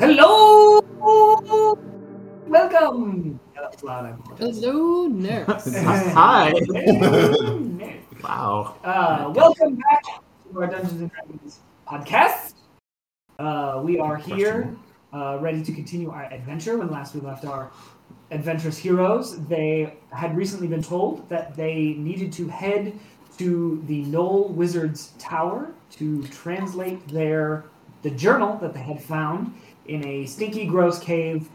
Hello! Welcome! Uh, Yeah, that was loud. I apologize. Hello, nurse. Hi. Hello. Wow. Uh, welcome back to our Dungeons and Dragons podcast. Uh, we are here, uh, ready to continue our adventure. When last we left our adventurous heroes, they had recently been told that they needed to head to the Knoll Wizard's Tower to translate their the journal that they had found in a stinky, gross cave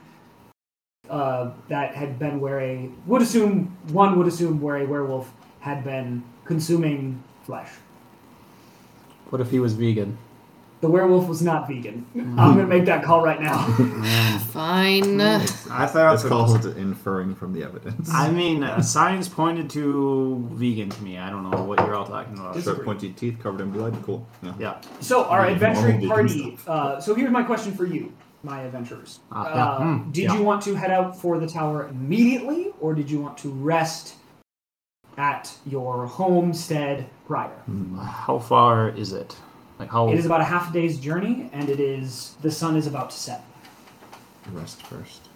uh, that had been where a would assume one would assume where a werewolf had been consuming flesh. What if he was vegan? The werewolf was not vegan. Mm-hmm. I'm gonna make that call right now. Fine. I thought It's that- called inferring from the evidence. I mean, uh, science pointed to vegan to me. I don't know what you're all talking about. Just- Sharp pointy teeth covered in blood. Cool. Yeah. Yeah. so our Yeah, adventuring normal party. vegan Uh, so here's my question for you, my adventurers. Ah, yeah. Uh, Hmm, did yeah. you want to head out for the tower immediately, or did you want to rest at your homestead prior? How far is it? Like how? It is about a half day's journey, and it is the sun is about to set. Rest first.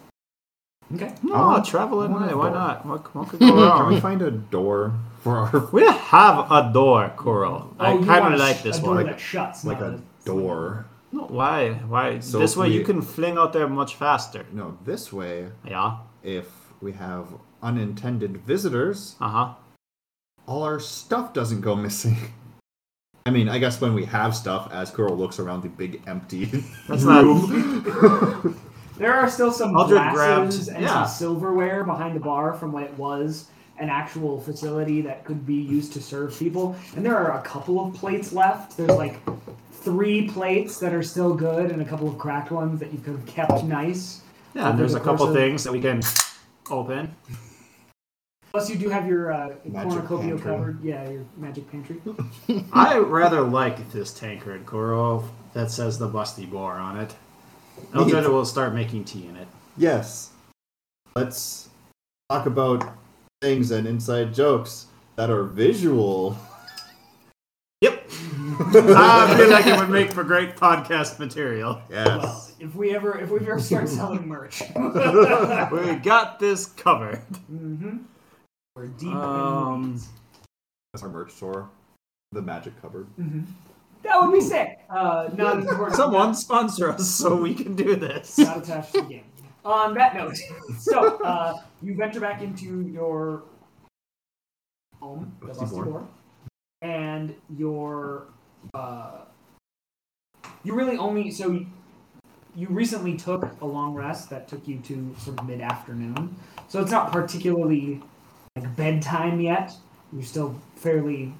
Okay. no, I want- travel at I want night. a Why door. not? What, what could go Can we wrong? find a door for our we have a door, Coral. I you kind want of a like sh- this a one. Door that shuts, like not a door? No, why? Why? So this if way you we- can fling out there much faster. No, this way. Yeah. If we have unintended visitors, Uh huh. all our stuff doesn't go missing. I mean, I guess when we have stuff, as Kuro looks around the big empty That's room. There are still some Eldred glasses grabbed- and yeah. some silverware behind the bar from when it was an actual facility that could be used to serve people. And there are a couple of plates left. There's like three plates that are still good and a couple of cracked ones that you could have kept nice. Yeah. There's a Of course, couple uh, things that we can open. Plus, you do have your uh, Magic cornucopia pantry. covered. Yeah, your magic pantry. I rather like this tankard, Koro, that says the Busty Boar on it. Eldred will start making tea in it. yes. Let's talk about things and inside jokes that are visual. Yep. Ah, I feel like it would make for great podcast material. Yes. Well, if we ever if we ever start selling merch, Mm-hmm. We got this covered. hmm we're deep in. Um, That's our merch store. The magic cupboard. Mhm. That would be sick. Uh, not important. someone sponsor us so we can do this. not attached to the game. On that note, so uh, you venture back into your home, the Busty Busty Boar. Boar, and your uh, you really only so you- you recently took a long rest that took you to sort of mid afternoon, so it's not particularly like bedtime yet. You're still fairly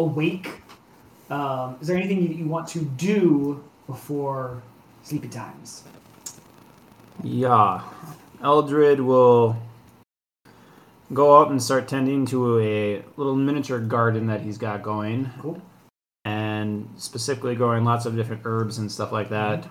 awake. Um, is there anything you, you want to do before sleepy times? Yeah. Eldred will go out and start tending to a little miniature garden that he's got going. Cool. And specifically growing lots of different herbs and stuff like that.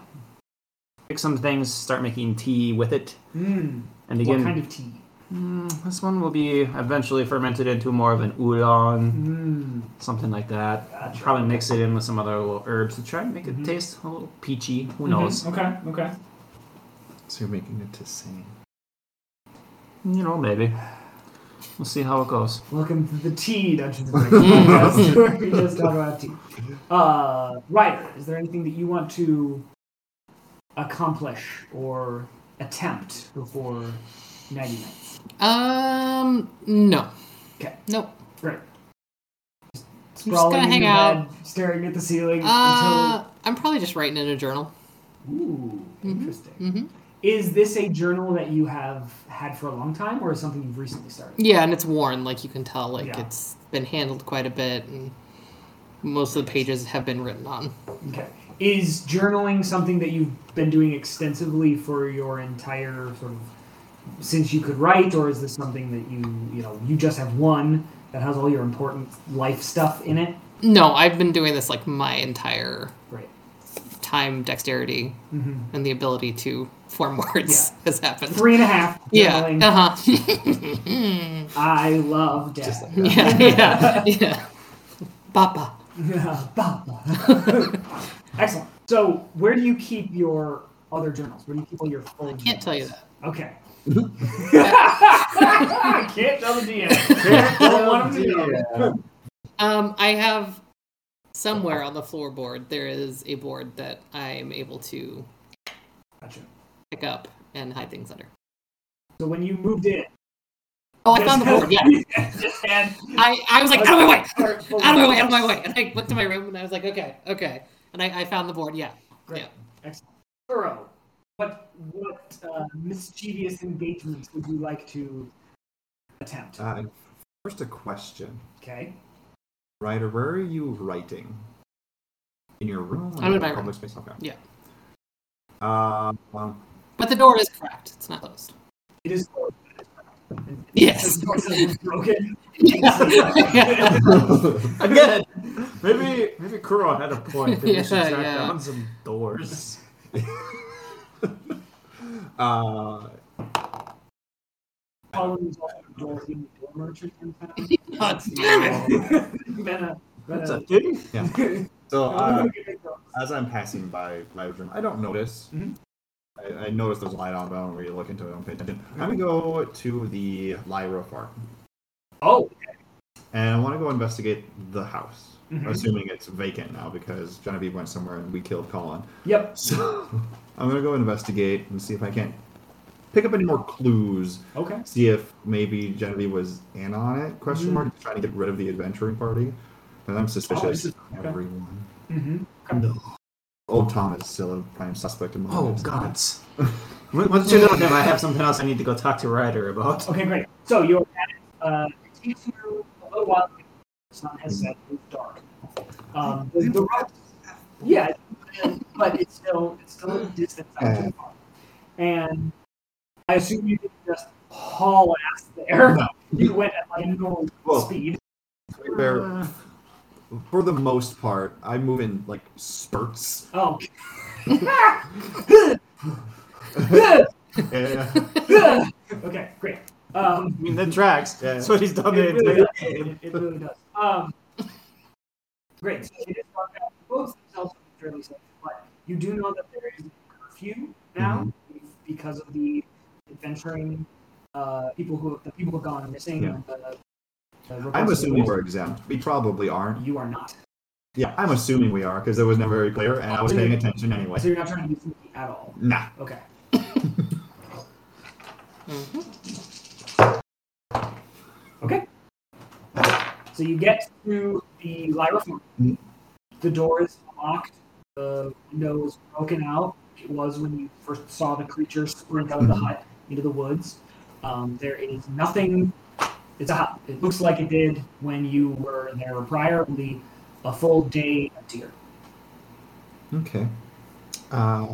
Pick some things, start making tea with it. Mm. What And again, kind of tea? mm, this one will be eventually fermented into more of an oolong, Mm. something like that. Gotcha. Probably mix it in with some other little herbs to try and make it Mhm. taste a little peachy. Mm-hmm. Who knows? Okay, okay. So you're making it to sing. You know, maybe. We'll see how it goes. Welcome to the tea Dungeons and Dragons podcast, where we just talk about tea. Uh, Ryder, is there anything that you want to accomplish or attempt before Maggie night? Um, no. Okay. Nope. Great. I'm just gonna in hang your out. bed, staring at the ceiling Uh, mm-hmm, I'm probably just writing in a journal. until. Ooh, interesting. hmm Is this a journal that you have had for a long time, or is something you've recently started? Yeah, and it's worn, like you can tell, like Yeah. it's been handled quite a bit, and most of the pages have been written on. Okay. Is journaling something that you've been doing extensively for your entire sort of since you could write, or is this something that you you know you just have one that has all your important life stuff in it? No, I've been doing this like my entire Right. time. Dexterity and the ability to form words has happened. Three and a half. Yeah. Journaling. Uh huh. I love death. yeah. Yeah. Yeah. Papa. Excellent. So, where do you keep your other journals? Where do you keep all your full? I Can't tell you that. Okay. I can't tell the DM. Don't want him to know. Um, I have somewhere on the floorboard there is a board that I'm able to Gotcha. pick up and hide things under. So when you moved in, Oh, I found the board. Yeah, just had I, I was like, out of my way, Out of out of my way, out of my way. And I went to my room and I was like, okay, okay. And I, I found the board. Yeah, Great. yeah. Excellent. Thorough. What what uh, mischievous engagements would you like to attempt? Uh, first, a question. okay. Writer, where are you writing? In your room? or I'm in a my room. public space. Okay. Yeah. Uh, um, But the door is cracked. It's not closed. It is Yes. it's broken. yeah. Again, maybe maybe Kuro had a point that we should Yeah, track yeah. down some doors. uh, Collins off the door in the door merchant and kind of- God damn it. Been a- been That's a- a thing. so, uh, It's as I'm passing by my room, I don't notice. Mm-hmm. Mhm. I, I notice there's a light on, but I don't really look into it. I don't pay attention. I'm gonna go to the Lyra farm, Oh, and I want to go investigate the house. Mhm. Assuming it's vacant now because Genevieve went somewhere and we killed Colin. yep. So I'm gonna go investigate and see if I can pick up any more clues. Okay. See if maybe Genevieve was in on it? Question mark. Trying to get rid of the adventuring party. And I'm Oh, I suspicious see. of Okay. everyone. Mm-hmm. No. Old Tom is still a prime suspect in my Oh eyes. gods. Once- Once you know him, I have something else I need to go talk to Ryder about. Okay, great. So you're at it. Uh, it takes you a little while. The sun has set. It's dark. Um, the, the road, yeah, but it's still it's still a distance out to the farm. And I assume you didn't just haul ass there. No. You went at like normal Well, speed. To be fair, for the most part, I move in like spurts. Oh, Yeah. okay, great. Um, I mean, that tracks. Yeah. That's what he's done the It really entire does. It, it really does. Um, great. So it is dark out. Both themselves are fairly safe, but you do know that there is a curfew now Mm-hmm. because of the adventuring uh, people who the people who have gone missing. Yeah. and the- the I'm reports of the assuming wolves. we're exempt. We probably aren't. You are not. Yeah, I'm assuming we are because it was never very clear, and I was paying attention anyway. So you're not trying to be sneaky at all. Nah. Okay. Okay. So you get to the Lyra farm. Mm. The door is locked. The window is broken out. It was when you first saw the creature sprint out of the Mhm. hut into the woods. Um, there is nothing. It's a hut. It looks like it did when you were there prior. Only a full day empty. Okay. Uh,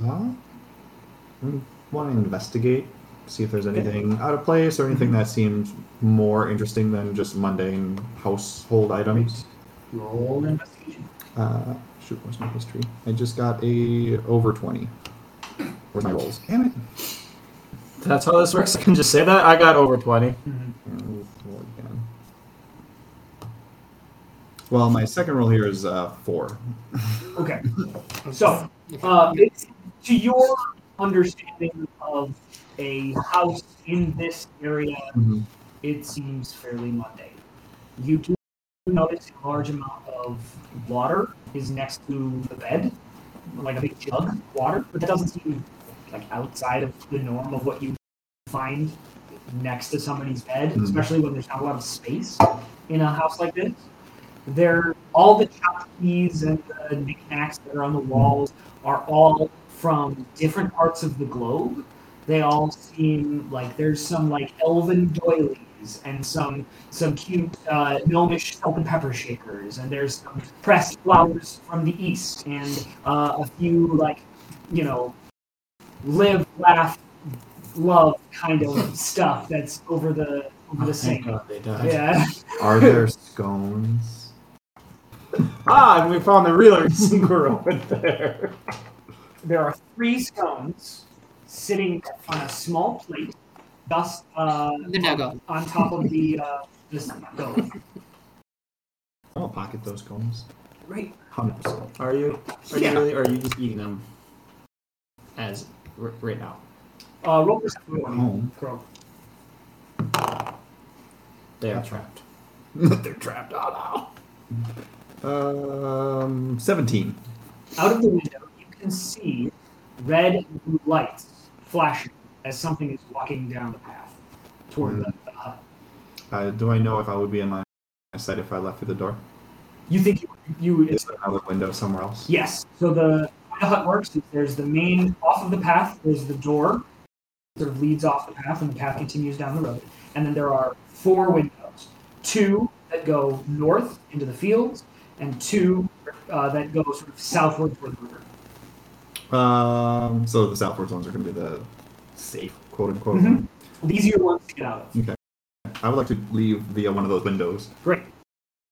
want to investigate, see if there's anything out of place or anything that seems more interesting than just mundane household items. Roll investigation. Uh, shoot, where's my history? I just got a over twenty. Where's my rolls? Damn it! That's how this works. I can just say that I got over twenty. And roll again. Well, my second roll here is uh, four. Okay. So, uh, it's, to your understanding of a house in this area, Mhm. it seems fairly mundane. You do notice a large amount of water is next to the bed, like a big jug of water, but that doesn't seem like outside of the norm of what you find next to somebody's bed, Mhm. especially when there's not a lot of space in a house like this. They're all the chopped keys and the knickknacks that are on the walls are all from different parts of the globe. They all seem like there's some like elven doilies and some some cute uh, gnomish salt and pepper shakers, and there's some pressed flowers from the east, and uh, a few like you know live laugh love kind of stuff that's over the over the Oh, Thank sink. God they died. Yeah. Are there scones? Ah, and we found the real reason Kuro went there. there are three scones sitting on a small plate, just uh, They're now gone. on top of the uh, the stove. I'll pocket those scones. Right. Hundred percent. Are you? Are Yeah. you really? Or are you just eating them as r- right now. Uh, roll perception. Home. Girl. They are trapped. They're trapped. Oh no. Um, seventeen. Out of the window, you can see red and blue lights flashing as something is walking down the path toward the, the hut. Uh, do I know if I would be in my my sight if I left through the door? You think you, you would Is there another window somewhere else? Yes. So the way the hut works is there's the main off of the path. There's the door, sort of leads off the path, and the path continues down the road. And then there are four windows, two that go north into the fields, and two uh, that go sort of southward toward the river. Um, so the southwards ones are going to be the safe, quote unquote. Mhm. These are your ones to get out of. I would like to leave via one of those windows. Great.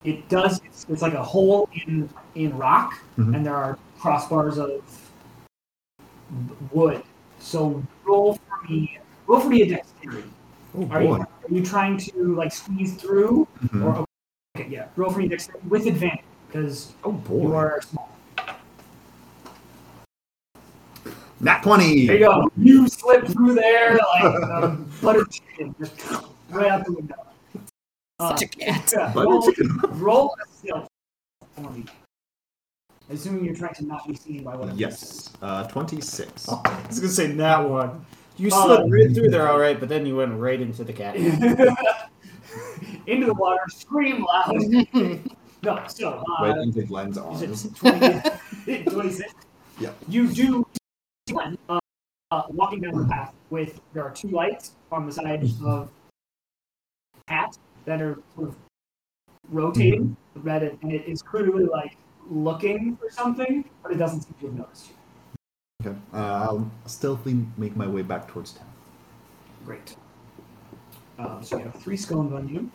It does. It's, it's like a hole in in rock, Mhm. and there are crossbars of b- wood. So roll for me. Roll for me a dexterity. Oh Are you, are you trying to like squeeze through? Mhm. Or okay, yeah, roll for your dexterity with advantage because Oh you boy. are small. Nat twenty. There you go. You slip through there like a butter chicken, just right out the window. Uh, Such a cat. yeah, Butter roll, chicken. roll a stealth for me. Assuming you're trying to not be seen by one of these. Yes. Uh, twenty-six. I was gonna say that one. You Oh. slipped right through there, all right, but then you went right into the cat. Into the water, scream loud. No, so Right uh, into Glenn's arms. is it 20, 26? Yeah. You do see one, uh, uh, walking down the path with there are two lights on the side of hat that are sort of rotating Mm-hmm. red and, and it is clearly like looking for something, but it doesn't seem to have noticed you. Okay. Uh, I'll stealthily make my way back towards town. Great. Um, so you have three scones on you.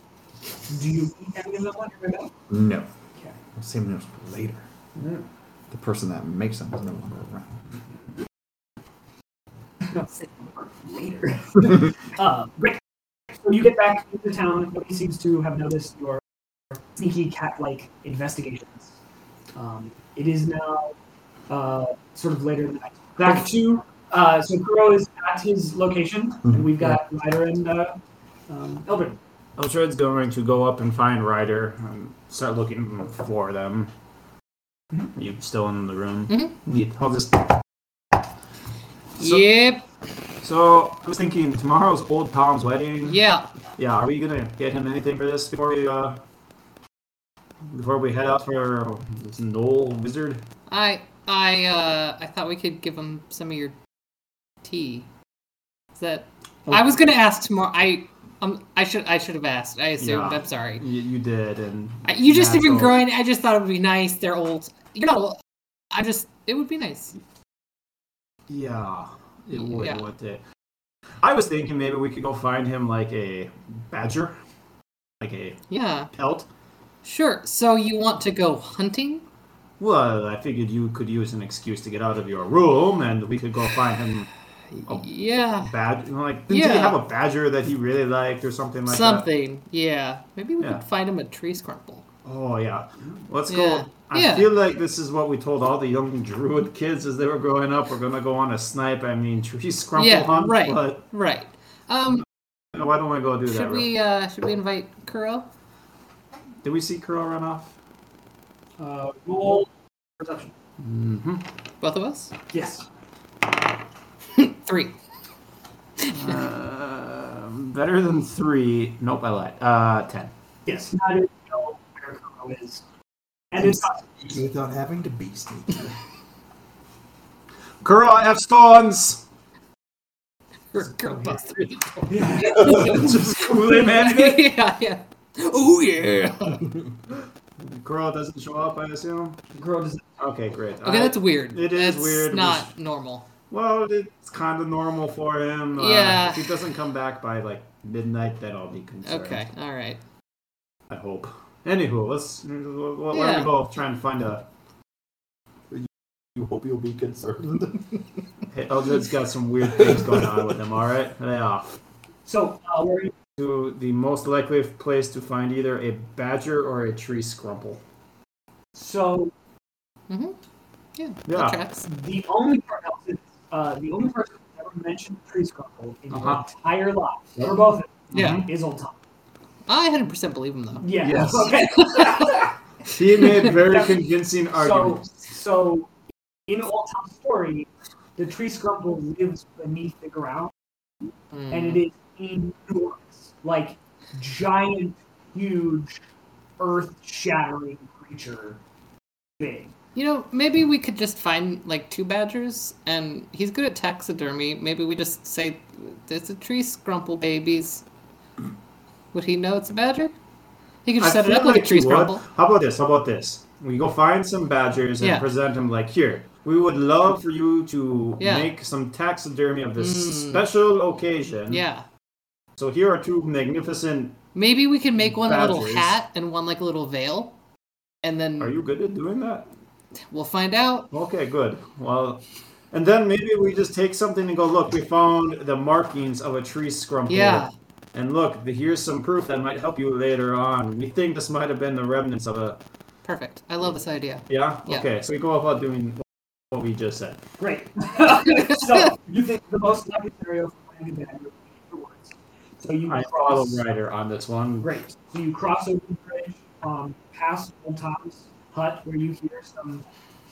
Do you need any of them on your way back? No. Okay. I'll save those for later. The person that makes them is no longer around. later. uh, great. So you get back into town. Nobody seems to have noticed your sneaky cat-like investigations. Um, it is now uh, sort of later in the night. Back to uh, so Kuro is at his location, and we've got Ryder and uh, um, Eldrin. Eldred's going to go up and find Ryder and start looking for them. You still in the room? Mm-hmm. Mm-hmm. Yeah, I'll just. So, yep. so I was thinking tomorrow's old Tom's wedding. Yeah. Yeah. Are we gonna get him anything for this before we uh before we head out for this Noel Wizard? I I uh I thought we could give him some of your tea. Is that I Oh. was gonna ask tomorrow. I um I should I should have asked. I assumed. Yeah. I'm sorry. You, you did, and I, Uh, you just have been Natural. growing. I just thought it would be nice. They're old. You know. I just it would be nice. Yeah, it would, Yeah. wouldn't it? I was thinking maybe we could go find him like a badger, like a Yeah. pelt. Sure. So you want to go hunting? Well, I figured you could use an excuse to get out of your room, and we could go find him Oh. Yeah. badger. Like, didn't he Yeah. have a badger that he really liked or something like that? Something. Yeah. Maybe we Yeah. could find him a tree scramble. Oh yeah, let's Yeah. go. I Yeah. feel like this is what we told all the young druid kids as they were growing up. We're gonna go on a snipe. I mean, tree scrumple Yeah, hunt. right. But Right. Um. no, why don't we go do that? Should we? Uh. Should we invite Kuro? Did we see Curl run off? Uh, roll perception. Mm-hmm. Both of us. Yes. Three. Uh, better than three. Nope, I lied. Uh, ten. Yes. Now you know where Kuro is, and it's not Without having to be sneaky. Girl, I have stones. Kuro busts through the door. Just coolly management. yeah. Yeah. Oh yeah. Girl doesn't show up, I assume. Kuro does Okay, great. Okay, I- that's weird. it is That's weird. We Not normal. well, it's kind of normal for him. Uh, Yeah. If he doesn't come back by like midnight, then I'll be concerned. Okay. All right. I hope. Anywho, let's l- l- let Yeah. me go try and find a. you hope you'll be concerned. Hey, Eldred's got some weird things going on with him. All right, yeah. So uh, where are you? to the most likely place to find either a badger or a tree scrumple. So Mm-hmm. Yeah. Yeah. That tracks. the only part else is, uh, the only person mentioned tree scuffle in your Uh-huh. entire life, or both of them, Yeah. is old Tom. I 100% believe him, though. Yeah. Yes. Okay. He made very That's- convincing so, arguments. so in old Tom's story, the tree scuffle lives beneath the ground, Mm. and it is enormous, like giant, huge, earth-shattering creature thing. You know, maybe we could just find like two badgers, and he's good at taxidermy. Maybe we just say, "There's a tree scrumple, babies." Would he know it's a badger? He could I set it feel up like a you tree would. scrumple. How about this? How about this? We go find some badgers and Yeah. present them like here. We would love for you to Yeah. make some taxidermy of this Mm. special occasion. Yeah, So here are two magnificent. maybe we could make one a Badgers. little hat and one like a little veil, and then Are you good at doing that? we'll find out. Okay, good. Well, and then maybe we just take something and go look. We found the markings of a tree scrumple. Yeah. And look, the- here's some proof that might help you later on. We think this might have been the remnants of a. Perfect. I love this idea. Yeah. Yeah. Okay. So we go about doing what we just said. Great. so you think the most likely scenario for landing that would be afterwards. So you I follow cross. Ryder on this one. Great. So you cross over the bridge, um, past Old Tom's hut, where you hear some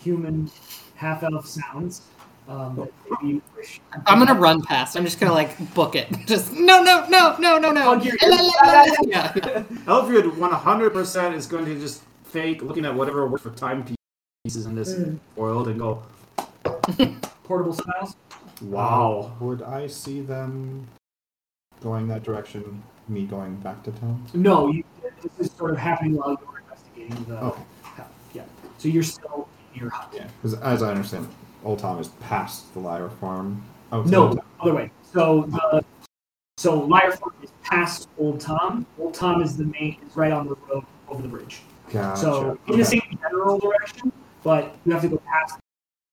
human half-elf sounds. Um, that maybe you wish. I'm gonna run past. I'm just gonna like book it. Just no, no, no, no, no, no. Hug your- La, la, la, la. Yeah. Eldred 100% is going to just fake looking at whatever works for timepieces in this Mm. world and go, portable smiles. wow. Would I see them going that direction? Me going back to town? No, you, this is sort of happening while you're investigating the. Oh. hut. Yeah. So you're still in your hut. Yeah, because as I understand, Old Tom is past the Lyra farm. Oh, No, other way. So the so Liar Farm is past Old Tom. Old Tom is the main is right on the road over the bridge. Gotcha. So in the same general direction, but you have to go past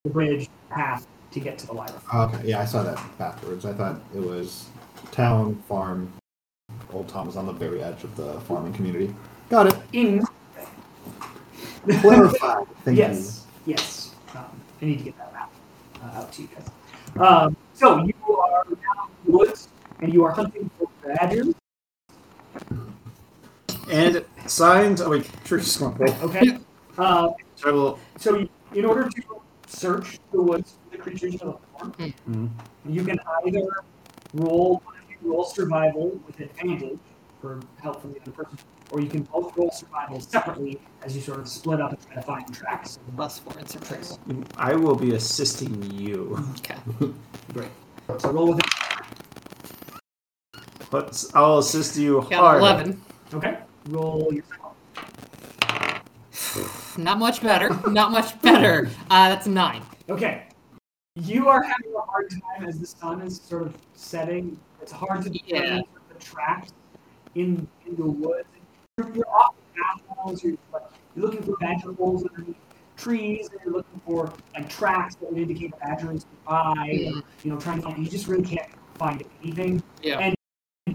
the bridge path to get to the Lyra. Farm. Okay, yeah, I saw that backwards. I thought it was town, farm. Old Tom is on the very edge of the farming community. Got it. In Clarified. Thank yes, yes. Um, I need to get that map uh, out to you guys. Um, so you are now in the woods and you are hunting for badgers. And oh, signs of a tree scrumple. Okay. Uh, Travel. so you, in order to search the woods for the creatures you're looking for, Mm. You can either roll one of you roll survival with advantage for help from the other person, or you can both roll survival separately as you sort of split up and try to find tracks. Plus four and some trace. I will be assisting you. Okay. Great. So roll with it. But I'll assist you Got hard. an eleven. Okay. Roll your survival. Not much better. Not much better. Uh, that's a nine. Okay. You are having a hard time as the sun is sort of setting. It's hard to determine the tracks in in the woods. You're, you're off the path holes. You're, like, you're looking for badger holes underneath trees, and you're looking for like tracks that would indicate a badger is by. Mhm. You know, trying to find. You just really can't find anything. Yeah.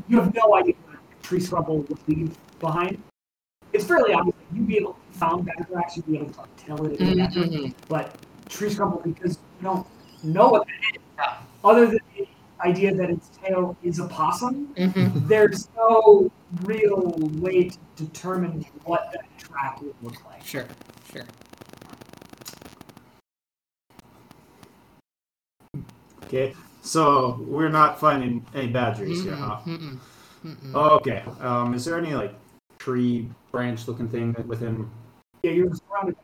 You have no idea what a tree scrubble would leave behind. It's fairly obvious. that You'd be able to find badger tracks. You'd be able to like, tell it. is a badger Mhm. but tree scrumble because you don't know what that is. Yeah. Other than the idea that its tail is a possum, Mhm. there's no real way to determine what that track would look like. Sure. Sure. Okay. So we're not finding any badgers here, Mm-hmm. huh? Mm-mm. Mm-mm. Okay. Um, is there any like tree branch looking thing within? Yeah, you're surrounded.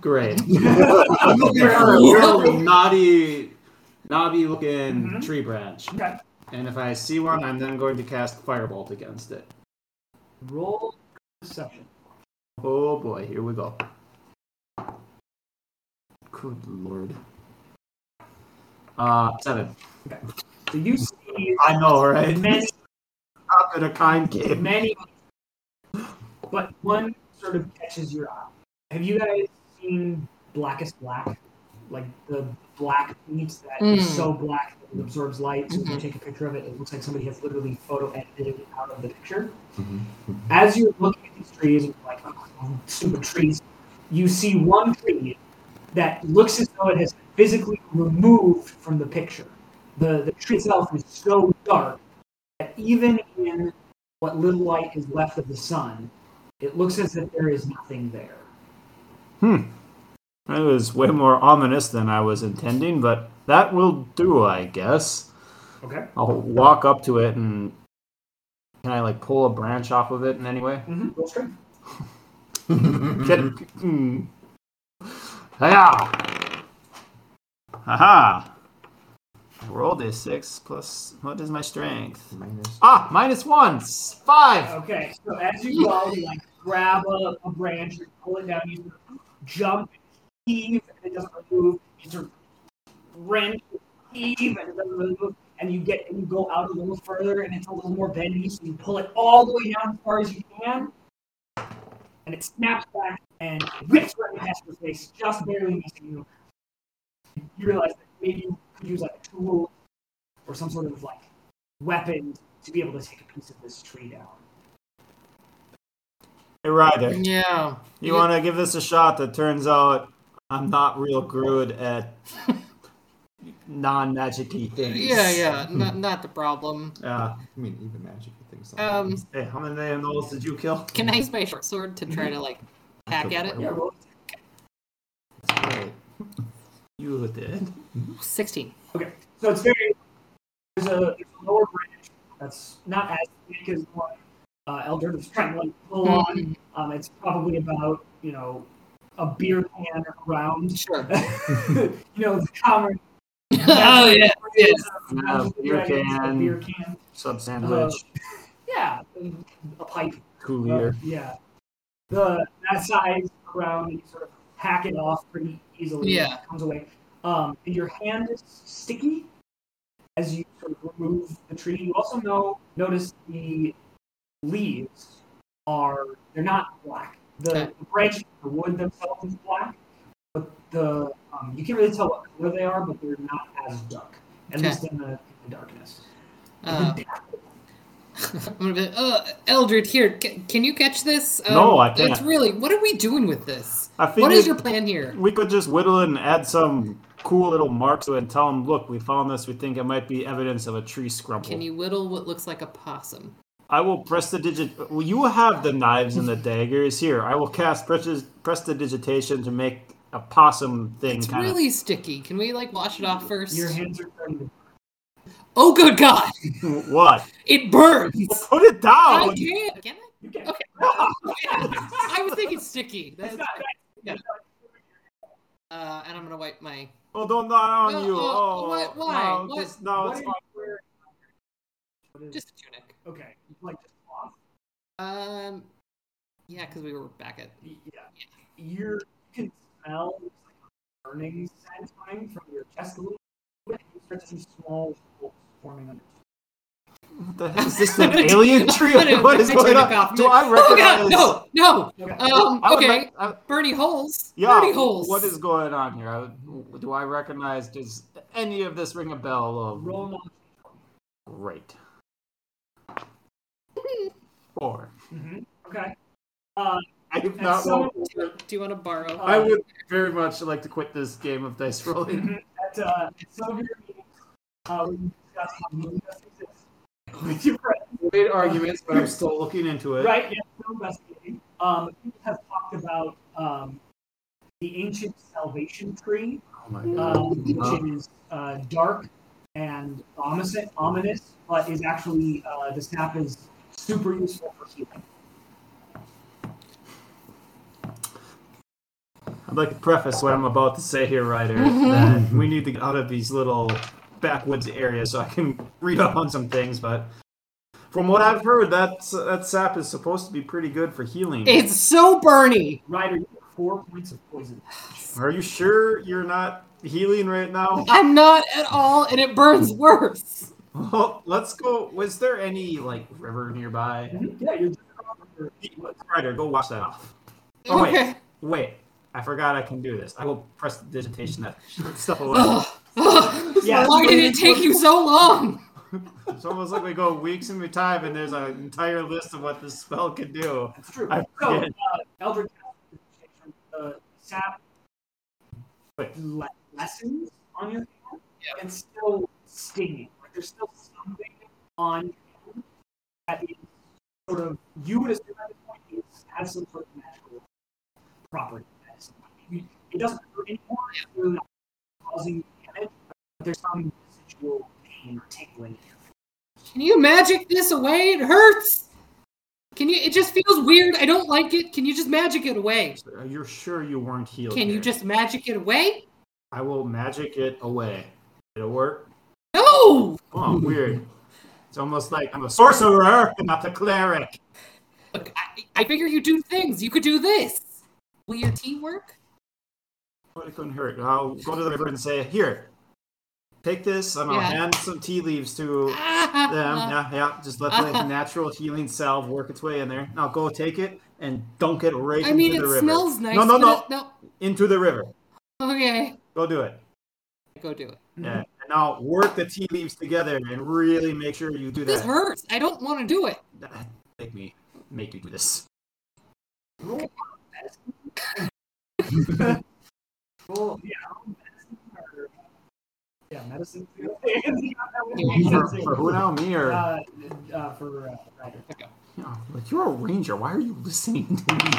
Great. by- I'm looking for a real knotty, knobby e, looking Mhm. tree branch. okay. And if I see one, I'm then going to cast Firebolt against it. Roll perception. Oh boy, here we go. Good lord. Uh, seven. So you see I know, right? many, Up in a kind game. many, but one sort of catches your eye. Have you guys seen Blackest Black? Like the black paint that is Mm. so black that it absorbs light. So if you Mhm. take a picture of it, it looks like somebody has literally photo edited it out of the picture. you. Mhm. As you're looking at these trees and you're like, oh, stupid trees, you see one tree that looks as though it has been physically removed from the picture. The, the tree itself is so dark that even in what little light is left of the sun, it looks as if there is nothing there. It was way more ominous than I was intending, but that will do, I guess. Okay. I'll walk up to it and can I like pull a branch off of it in any way? Mm-hmm. Roll strength. Can, hmm. Hiya! Haha! I rolled a six plus. What is my strength? Minus. Ah, minus one. S- Five. Okay, so as you go, you like grab a, a branch, you pull it down, you sort of jump, heave, and it doesn't really move. You sort of wrench, heave, and it doesn't really move. And you get and you go out a little further, and it's a little more bendy, so you pull it all the way down as far as you can, and it snaps back and whips right past your face, just barely missing you. You realize that maybe you could use like a tool or some sort of like weapon to be able to take a piece of this tree down. Hey, Ryder, Yeah. you want to give this a shot? That turns out I'm not real good at non magicy things. Yeah, yeah. Not, not the problem. Yeah. I mean, even magic things. Um, sometimes. Hey, how many animals did you kill? Can I use my short sword to try to like hack at it? Yeah, roll Right. You did. Sixteen. Okay, so it's very there's a, there's a lower branch that's not as thick as the one uh, Elder was trying to like pull on. Mhm. Mm-hmm. Um, it's probably about you know a beer can around. Sure. you know the common. oh yeah. yes. Yeah, beer A can. beer can. Sub sandwich. Yeah, a pipe. Cool Uh, leader. yeah, the that size around and you sort of hack it off pretty easily. Yeah. it comes away. Um, and your hand is sticky as you sort of remove the tree. You also know notice the leaves are they're not black. The, Okay. the branches, the wood themselves is black, but the um, you can't really tell what color they are, but they're not as dark. At Okay. least in the, in the darkness. Uh, I'm gonna be like, uh, Eldred, here, ca- can you catch this? Um, No, I It's can't. really, what are we doing with this? I What is figured- your plan here? We could just whittle it and add some cool little marks to it and tell them, look, we found this. We think it might be evidence of a tree scrumple. Can you whittle what looks like a possum? I will press the digit. Well, you have the knives and the daggers here. I will cast press, press the digitation to make a possum thing It's kind really sticky. Can we like wash it off first? Your hands are starting to Oh, good God! of what? It burns. Put it I down. can't. Can I? you can't I was thinking sticky. Oh, That's, it's not uh, and I'm gonna wipe my. Oh, don't not on No, you. uh, Oh, why- why? No, What- just- no, What it's are fine. you wearing? What is- Just a tunic. okay. you Like just off. Um, yeah, because we were back at. Yeah. You're, you can smell like a burning scent coming from your chest a little bit. and You start to see small holes forming under. What the heck is this an alien tree? I'm gonna What is take my going tunic on? off. Do I Oh recognize? God! No, no. Okay. Um, I would okay. rec- I- Bernie holes. Yeah, Bernie holes. what is going on here? I, do I recognize? Does any of this ring a bell? Of Roll knowledge. Great. Four. Mm-hmm. Okay. Uh, I have and not someone, rolled. Do you want to borrow? I would very much like to quit this game of dice rolling. at, uh, at some of your meetings, uh, we discuss how moon dust exists with your friends. Great arguments, but I'm still looking into it. Mm-hmm. Right, yeah, still investigating. Um, people have talked about um, the ancient salvation tree, Oh my uh, god. which is uh, dark and ominous, ominous, but is actually uh, the sap is super useful for healing. I'd like to preface what I'm about to say here, Ryder. That we need to get out of these little backwoods areas so I can read up on some things. But from what I've heard, that that sap is supposed to be pretty good for healing. It's so Bernie. Ryder, you have four points of poison. Are you sure you're not healing right now? I'm not at all, and it burns worse. Well, let's go. Was there any like river nearby? Mm-hmm. Yeah, you're just across the river. Ryder, go wash that off. Oh, wait. Okay. Wait, I forgot I can do this. I will press the digitation that uh, stuff away. Ugh. Ugh. Yeah. Why did it take you so long? it's almost like we go weeks in time and there's an entire list of what this spell can do. That's true. I so, uh, forget. Eldritch Blast, uh, sap Wait. le- lessons on your hand, Yeah. and still stinging. Like there's still something on him that is sort of you would assume at this point he has some sort of magical property. that is- you- It doesn't hurt anymore. It's really not causing damage, but there's some residual pain or tingling. Can you magic this away? It hurts. Can you? It just feels weird. I don't like it. Can you just magic it away? Are you sure you weren't healed? Can you here? just magic it away? I will magic it away. It'll work. No. Oh, weird. It's almost like I'm a sorcerer, not a cleric. Look, I, I figure you do things. You could do this. Will your teamwork? But it couldn't hurt. I'll go to the river and say, "Here, take this, and I'll Yeah. hand some tea leaves to them. Ah, yeah, yeah. Just let the Uh-huh. natural healing salve work its way in there. Now go take it and dunk it right I into mean, the it river. smells nice. No, no, but no. it- no. Into the river. Okay. Go do it. Go do it. Yeah. And now work the tea leaves together and really make sure you do This that. hurts. I don't want to do it. Make me make you do this. Roll Roll, yeah, roll medicine or- yeah, medicine. For, for who now? Me or? Uh, uh, for uh, Ryder. Yeah, like you're a ranger. Why are you listening to me?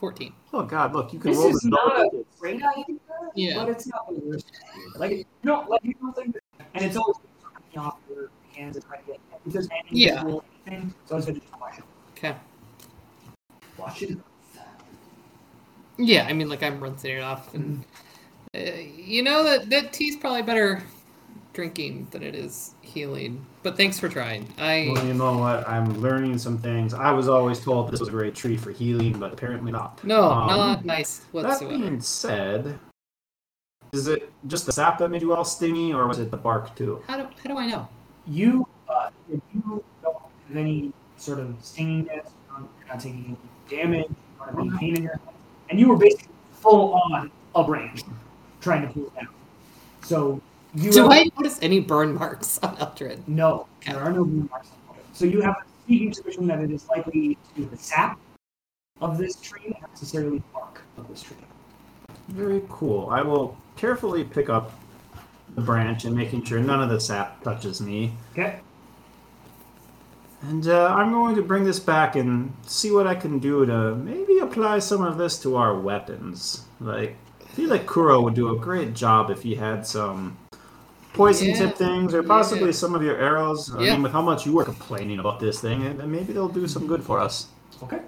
Fourteen. Oh God, look, you can This roll is the not a dice. great idea, Yeah. but it's not the worst. idea. Like you don't like you don't think, that- and it's always coming off your hands and trying to get if there's any Yeah. visual thing. So I was gonna just wash it. Okay. Wash it. Yeah, I mean, like I'm rinsing it off, and uh, you know that that tea's probably better drinking than it is healing. But thanks for trying. Well, I you know what? I'm learning some things. I was always told this was a great tree for healing, but apparently not. no, Um, not nice That whatsoever. being said, is it just the sap that made you all stingy, or was it the bark too? How do how do I know? You uh, if you don't have any sort of stinginess, you're not- you're not taking any damage, you don't have any pain in your head, and you were basically full on a branch trying to pull it down. So you Do have- I notice any burn marks on Eldred? No, there are no blue marks on it. So you have a sneaking suspicion that it is likely to be the sap of this tree, not necessarily the bark of this tree. Very cool. I will carefully pick up the branch and making sure none of the sap touches me. Okay. And uh, I'm going to bring this back and see what I can do to maybe apply some of this to our weapons. Like, I feel like Kuro would do a great job if he had some poison Yeah, tip things or possibly yeah. some of your arrows. I Yeah. mean, with how much you were complaining about this thing, and and maybe they'll do some good for us. Okay.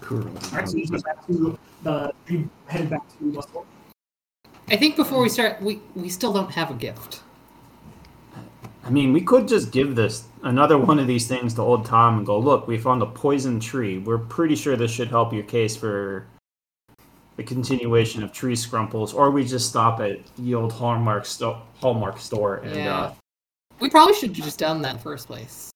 Cool. All right. So you head back to the you headed back to Westport. I think before we Mm. start, we we still don't have a gift. I mean, we could just give this another one of these things to old Tom and go, look, we found a poison tree. We're pretty sure this should help your case for the continuation of tree scrumples, or we just stop at the old Hallmark, sto- Hallmark store and uh, we probably should have just done that in the first place.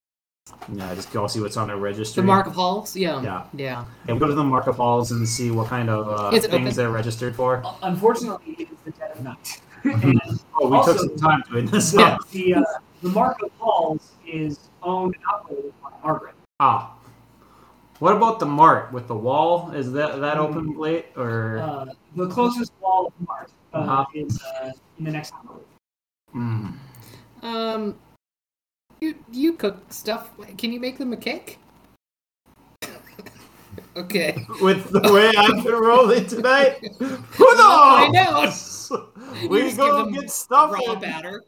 yeah, just go see what's on their register. The Mark of Halls. Yeah. Yeah. Yeah. And go to the market halls and see what kind of uh, Is things it open? they're registered for. Uh, Unfortunately, it is the dead of night. and Oh, we Also- took some time doing this. the the, uh, the Marco Falls is owned and operated by Margaret. Ah. What about the mart with the wall? Is that Mm. that open late or? Uh, the closest wall of Mart uh, Uh-huh. is uh, in the next hour. Hmm. Um, you you cook stuff. Can you make them a cake? okay. with the way I've been rolling tonight. Who knows? I know. You We just give go them get stuff. Raw and- batter.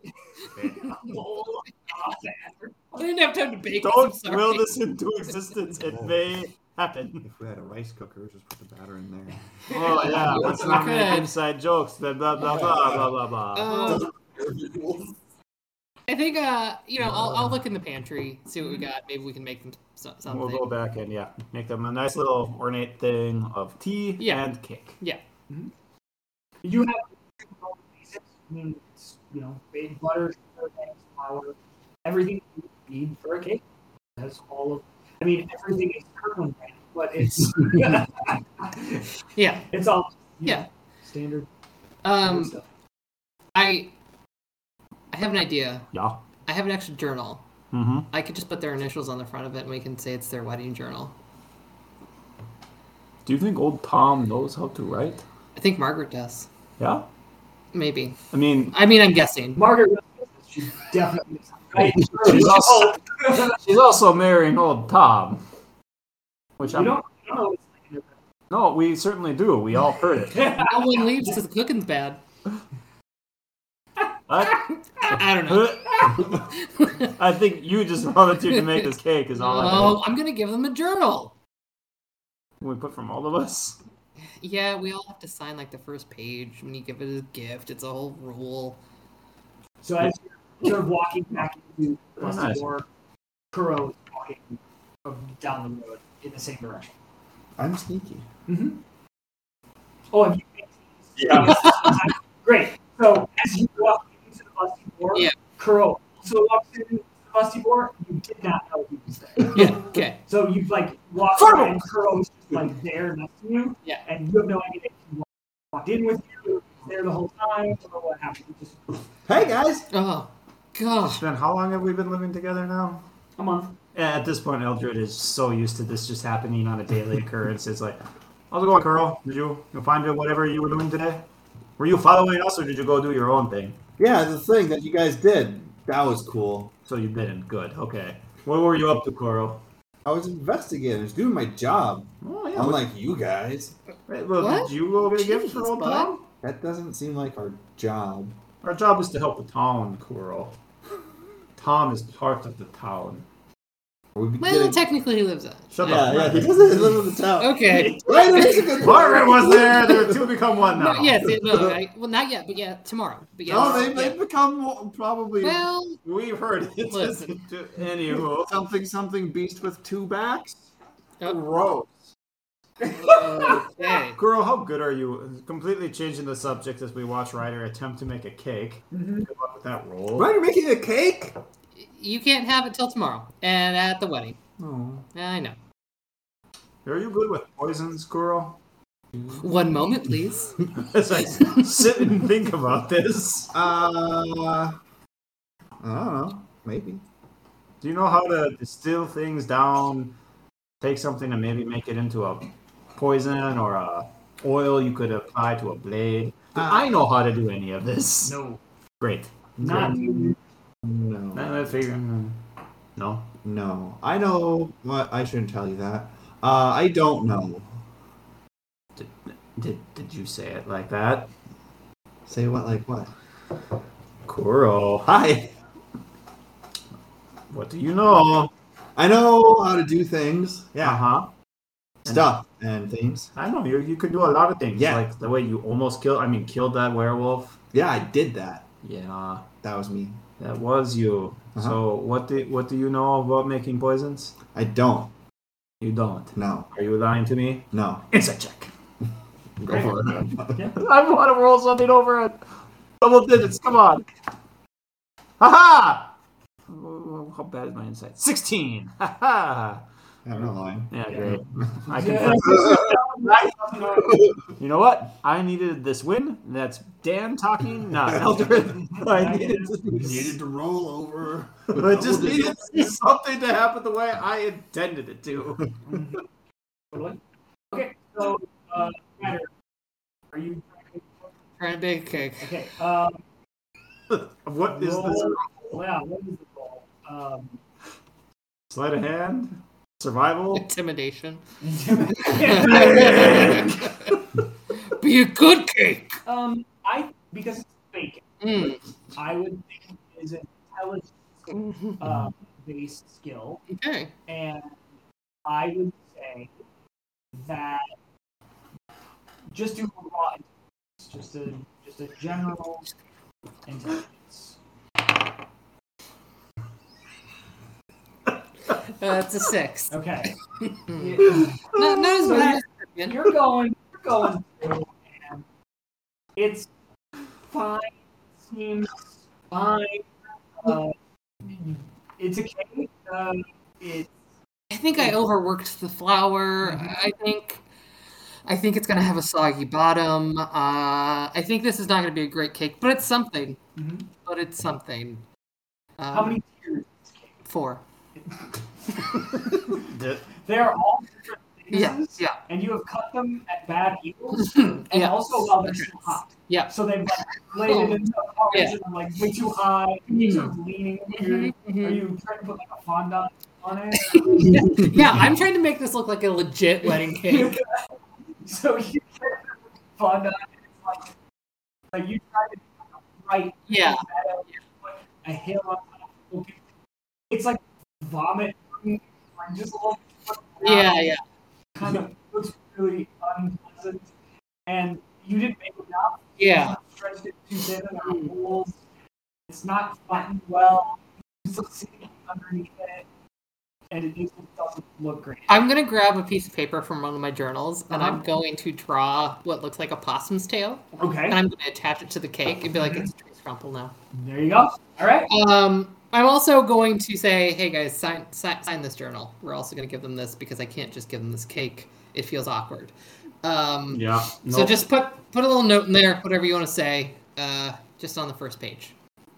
I didn't have time to bake. I'm Don't sorry. will this into existence. It may happen. If we had a rice cooker, just put the batter in there. Oh yeah, let's not make Okay. inside jokes. Blah blah blah blah blah blah. blah. Um, I think uh, you know, I'll, I'll look in the pantry, see what we got. Maybe we can make them so- something. We'll go back and yeah, make them a nice little ornate thing of tea Yeah. and cake. Yeah. You have basics, I mean, it's, you know, baked butter, sugar, eggs, flour, everything you need for a cake. That's all of. I mean, everything is Kirkland brand, but it's Yeah. it's all you Yeah. know, standard Um, stuff. I I have an idea. Yeah. I have an extra journal. Mm-hmm. I could just put their initials on the front of it, and we can say it's their wedding journal. Do you think old Tom knows how to write? I think Margaret does. Yeah. Maybe. I mean, I mean, I'm guessing. Margaret was She's definitely right. She's also, she's also marrying old Tom. Which You I'm don't, you don't know what it's like. no, we certainly do. We all heard it. No one leaves because the cooking's bad. I, I don't know. I think you just volunteered to make this cake. Is all I know. Oh, I'm gonna give them a journal. We put from all of us. Yeah, we all have to sign like the first page when you give it as a gift. It's a whole rule. So as you're sort of walking back into the busted Nice. door, Kuro is walking down the road in the same direction. I'm sneaky. Oh, and you Yeah. Great. So as you walk into the busty door, Yeah. Kuro also walks into the busty door. You did not know he was there. Yeah. Okay. So you like walk Kuro! in and Kuro is just like there next to you. Yeah. And you have no idea if he walked- walked in with you, or was there the whole time, or what happened. You Just Hey guys. Oh, gosh. Then how long have we been living together now? a month. At this point, Eldred is so used to this just happening on a daily occurrence. It's like, how's it going, Carl? Did you you find it whatever you were doing today? Were you following us, or did you go do your own thing? Yeah, the thing that you guys did. That was cool. So you didn't. Good. Okay. What were you up to, Coral? I was investigating. I was doing my job. Oh Unlike you guys, Wait, well, What? did you go get a gift for Jeez, old bud. Tom? that doesn't seem like our job. Our job is to help the town, Coral. Tom is part of the town. We'd be Well, getting- technically, he lives on. Shut yeah, up. yeah, he doesn't live in the town. Okay. Right, that is a good Margaret point. was there. There were two become one now. No, yes. it- no, I, well, not yet, but yeah, tomorrow. But yes, No, they, yeah. they've become more- probably Well, We've heard it. Listen. Anywho. something something beast with two backs. oh, Gross. okay. Girl, how good are you? Completely changing the subject as we watch Ryder attempt to make a cake. Mm-hmm. Good luck with that roll. Why are you making a cake? You can't have it till tomorrow, and at the wedding. Oh. I know. Are you good with poisons, girl? One moment, please. As I sit and think about this, Uh, I don't know. Maybe. do you know how to distill things down? Take something and maybe make it into a poison or a oil you could apply to a blade. Uh, I know how to do any of this. No, Great. not you. No. I figure. No. No. I know. What? I shouldn't tell you that. Uh, I don't know. Did, did, did you say it like that? Say what? Like what? Coral, Hi. what do you know? I know how to do things. Uh Yeah. huh. Stuff and things. I know you. You could do a lot of things. Yeah. Like the way you almost killed. I mean, killed that werewolf. Yeah, I did that. Yeah, That was me. that was you. Uh-huh. So what do what do you know about making poisons? I don't. You don't. No. Are you lying to me? No. Insight check. Go for it. I want to roll something over it. Double digits. Come on. Ha ha! How bad is my insight? Sixteen. Ha ha! I'm not lying. Yeah, Yeah. great. I can. Yeah. You know what? I needed this win. That's Dan talking, not Eldred. I needed this. to roll over. But it just needed something to happen the way I intended it to. Totally. Okay, so uh, Ryder, are you? Trying to bake a cake. Okay. Um, What is this? roll- Wow, what is the ball? Um, Sleight of hand? Survival? Intimidation. Big! Be a good cake. um, I because it's fake, Mm. I would think it is an intelligence uh, based skill, Okay. and I would say that just do a lot, just a just a general intelligence. Uh, it's a six. Okay. Mm. Not, not as bad. as- you're going, you're going through, and it's fine. Seems fine. Uh, it's okay. Uh, it's I think I overworked the flour. Mm-hmm. I think I think it's gonna have a soggy bottom. Uh, I think this is not gonna be a great cake, but it's something. Mhm. But it's something. Um, how many tiers? Four. D- They're all different Yeah, pieces, yeah. and you have cut them at bad angles, and Yeah. also while they're still hot. Yeah. Oh. So they've like, laid it into the porridge Yeah. Mm-hmm. and I'm, like way too high. You're sort of leaning weird. Mm-hmm. Are Mhm. you trying to put like a fondant on it? Yeah, I'm trying to make this look like a legit wedding cake. so you try to put fondant. And it's like, like you try to do like a right Yeah. meadow, like, a hill on top. of people. It's like vomit, like just a little. Yeah, yeah. kind of looks really unpleasant. And you didn't make enough. Yeah. Hmm. Stretched it too thin and there are holes. It's not flattened well. It's still sitting underneath it, and it just doesn't look great. I'm gonna grab a piece of paper from one of my journals and Uh-huh. I'm going to draw what looks like a possum's tail. Okay, Mm-hmm. And I'm gonna attach it to the cake and be like, it's a tree crumple now. there you go. All right. Um, I'm also going to say, hey guys, sign, sign, sign this journal. We're also going to give them this because I can't just give them this cake. It feels awkward. Um, Yeah. So just put put a little note in there, whatever you want to say, uh, just on the first page.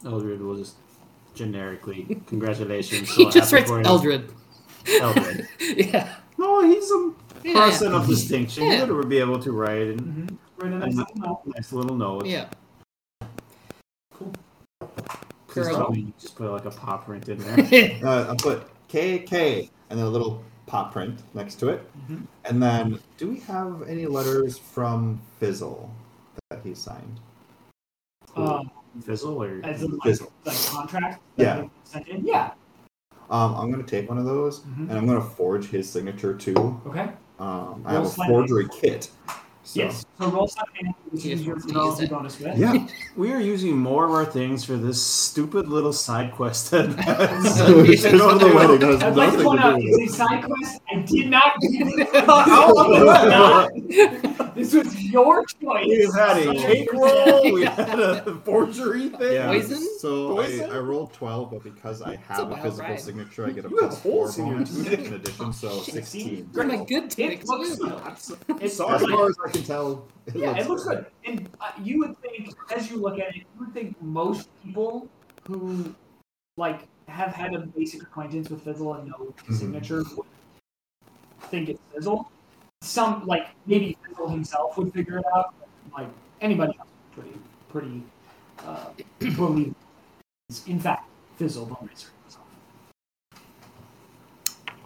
Eldred will just generically congratulations. he so just happy writes for you. Eldred. Eldred. yeah. No, he's a Yeah. person of distinction. Yeah. He would be able to write a Mm-hmm. Right in that signal. nice little note. Yeah. Please Girl. tell me you just put like a pop print in there. Uh, I put KK and then a little pop print next to it. Mhm. And then, do we have any letters from Fizzle that he signed? Um, Fizzle or as a like, Fizzle. like contract. Yeah. that they sent in. Yeah. Um, I'm going to take one of those Mhm. and I'm going to forge his signature too. Okay. Um, I have Roll a slightly. forgery kit. So. Yes. So roll something, which He is just your wants to philosophy use it. bonus with. Yeah. We are using more of our things for this stupid little side quest. that- So we should go to the wedding. That has I'd like to nothing point to do out, with it's it. a side quest. I did not. Oh, this was your choice. we had a cake roll. We had a forgery thing. Yeah, Poison? So Poison? I, I rolled 12, but because I a have a, wild physical ride. signature, I get a You have plus 4 holes in your bonus teeth. in addition, so 16. Great. Oh my good It looks. It Sorry. As looks far as I can tell, it Yeah, looks it looks good. And uh, you would think, as you look at it, you would think most people who like have had a basic acquaintance with Fizzle and know his Mhm. signature would think it's Fizzle. Some like maybe Fizzle himself would figure it out. But, like anybody else, would pretty pretty uh, believe. it's, In fact, Fizzle Bone Racer. himself.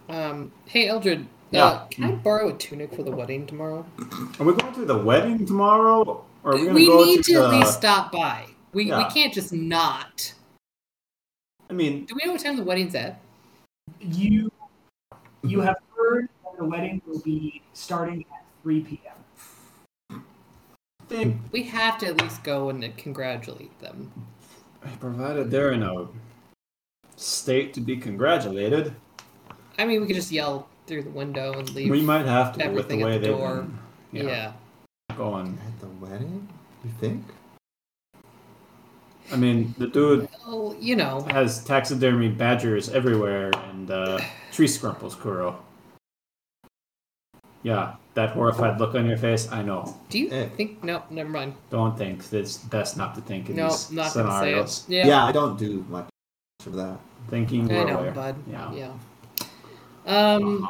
um, hey Eldred. Uh, Yeah. can I borrow a tunic for the wedding tomorrow? Are we going to the wedding tomorrow? Or are we going We go need to the, at least stop by. We, Yeah. we can't just not. I mean, Do we know what time the wedding's at? You you have heard that the wedding will be starting at three p.m. I think We have to at least go and congratulate them. provided they're in a state to be congratulated, I mean, we could just yell through the window and leave. we might have to with the Everything at way the they've door. been, yeah. you know, going. At the wedding? You think? I mean, the dude Well, you know. has taxidermy badgers everywhere and uh, tree scrumples, Kuro. Yeah, that horrified look on your face, I know. Do you Eh. think? No, never mind. Don't think. It's best not to think in No, these not gonna say scenarios. it. Yeah. I don't do much of that. Thinking we're I know, aware. bud. Yeah. Yeah. Um.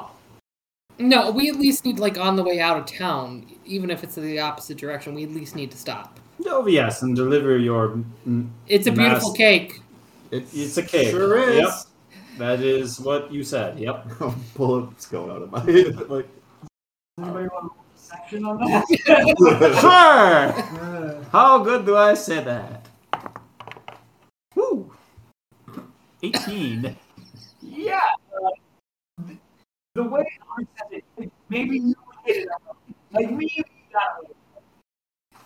No, we at least need like on the way out of town, even if it's the opposite direction. We at least need to stop. Oh, yes, and deliver your. mm, It's a beautiful Mass- cake. It's a cake. Sure is. Yep. That is what you said. Yep. Bullets going out of my head. Like, Does anybody want to roll a section on that? sure! Uh, How good do I say that? Woo! 18. yeah. Uh, th- the way I said it, like, maybe you hit it up. Like me, you got it.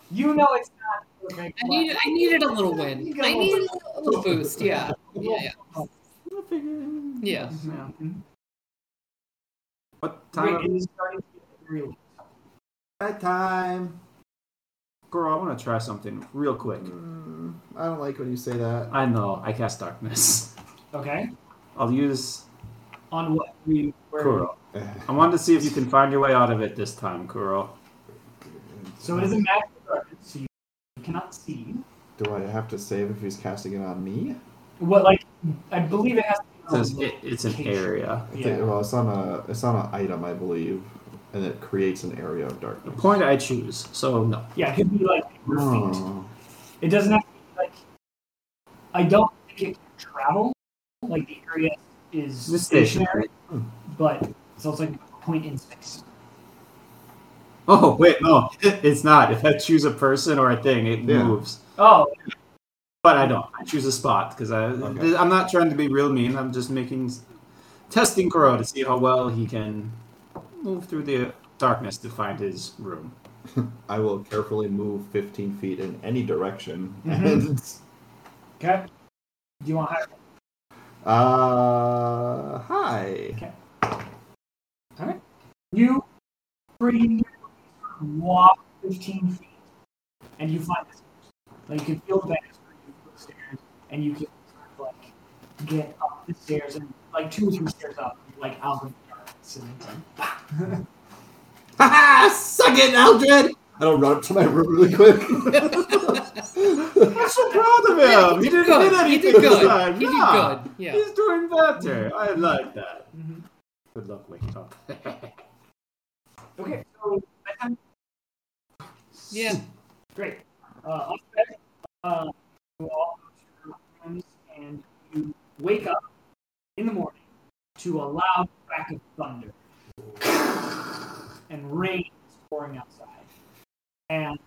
You know it's not okay. I needed. I needed a little win. I needed a little boost. Yeah. Yeah. Yeah. Yeah. What time? Wait, it is starting to get real. that time. Girl, I want to try something real quick. Mm, I don't like when you say that. I know. I cast darkness. Okay. I'll use On what we were. Kuro. I wanted to see if you can find your way out of it this time, Kuro. So it is a magical darkness, so you cannot see. Do I have to save if he's casting it on me? What, like, I believe it has It says to be. it, it's an area. I think- Yeah. well, it's on a it's on an item, I believe. and it creates an area of darkness. Point I choose, so no. Yeah, it could be like your Hmm. feet. Oh. It doesn't have to be like. I don't think it can travel. Like the area is It's stationary, stationary. but it's also like a point in space. Oh wait, no, it's not. If I choose a person or a thing, it Yeah. moves. Oh, But I don't. I choose a spot because I Okay. I'm not trying to be real mean. I'm just making testing Kuro to see how well he can move through the darkness to find his room. I will carefully move 15 feet in any direction. Mhm. okay. Do you want higher? And, uh, hi. You free walk 15 feet, and you find this. Like you can feel the back stairs, you feel the stairs, and you can sort of, like get up the stairs and like two or three stairs up, like out of the darkness. And it's like, Ha Suck it, Eldred! I don't run up to my room really quick. I'm so proud of him. He didn't good. hit He anything did this good. time. He did Yeah. good. Yeah. He's doing better. I like that. Mhm. Good luck waking up. Okay, so bedtime Yeah. Great. Uh, up there, uh, you all go to your rooms and you wake up in the morning to a loud crack of thunder and rain is pouring outside. And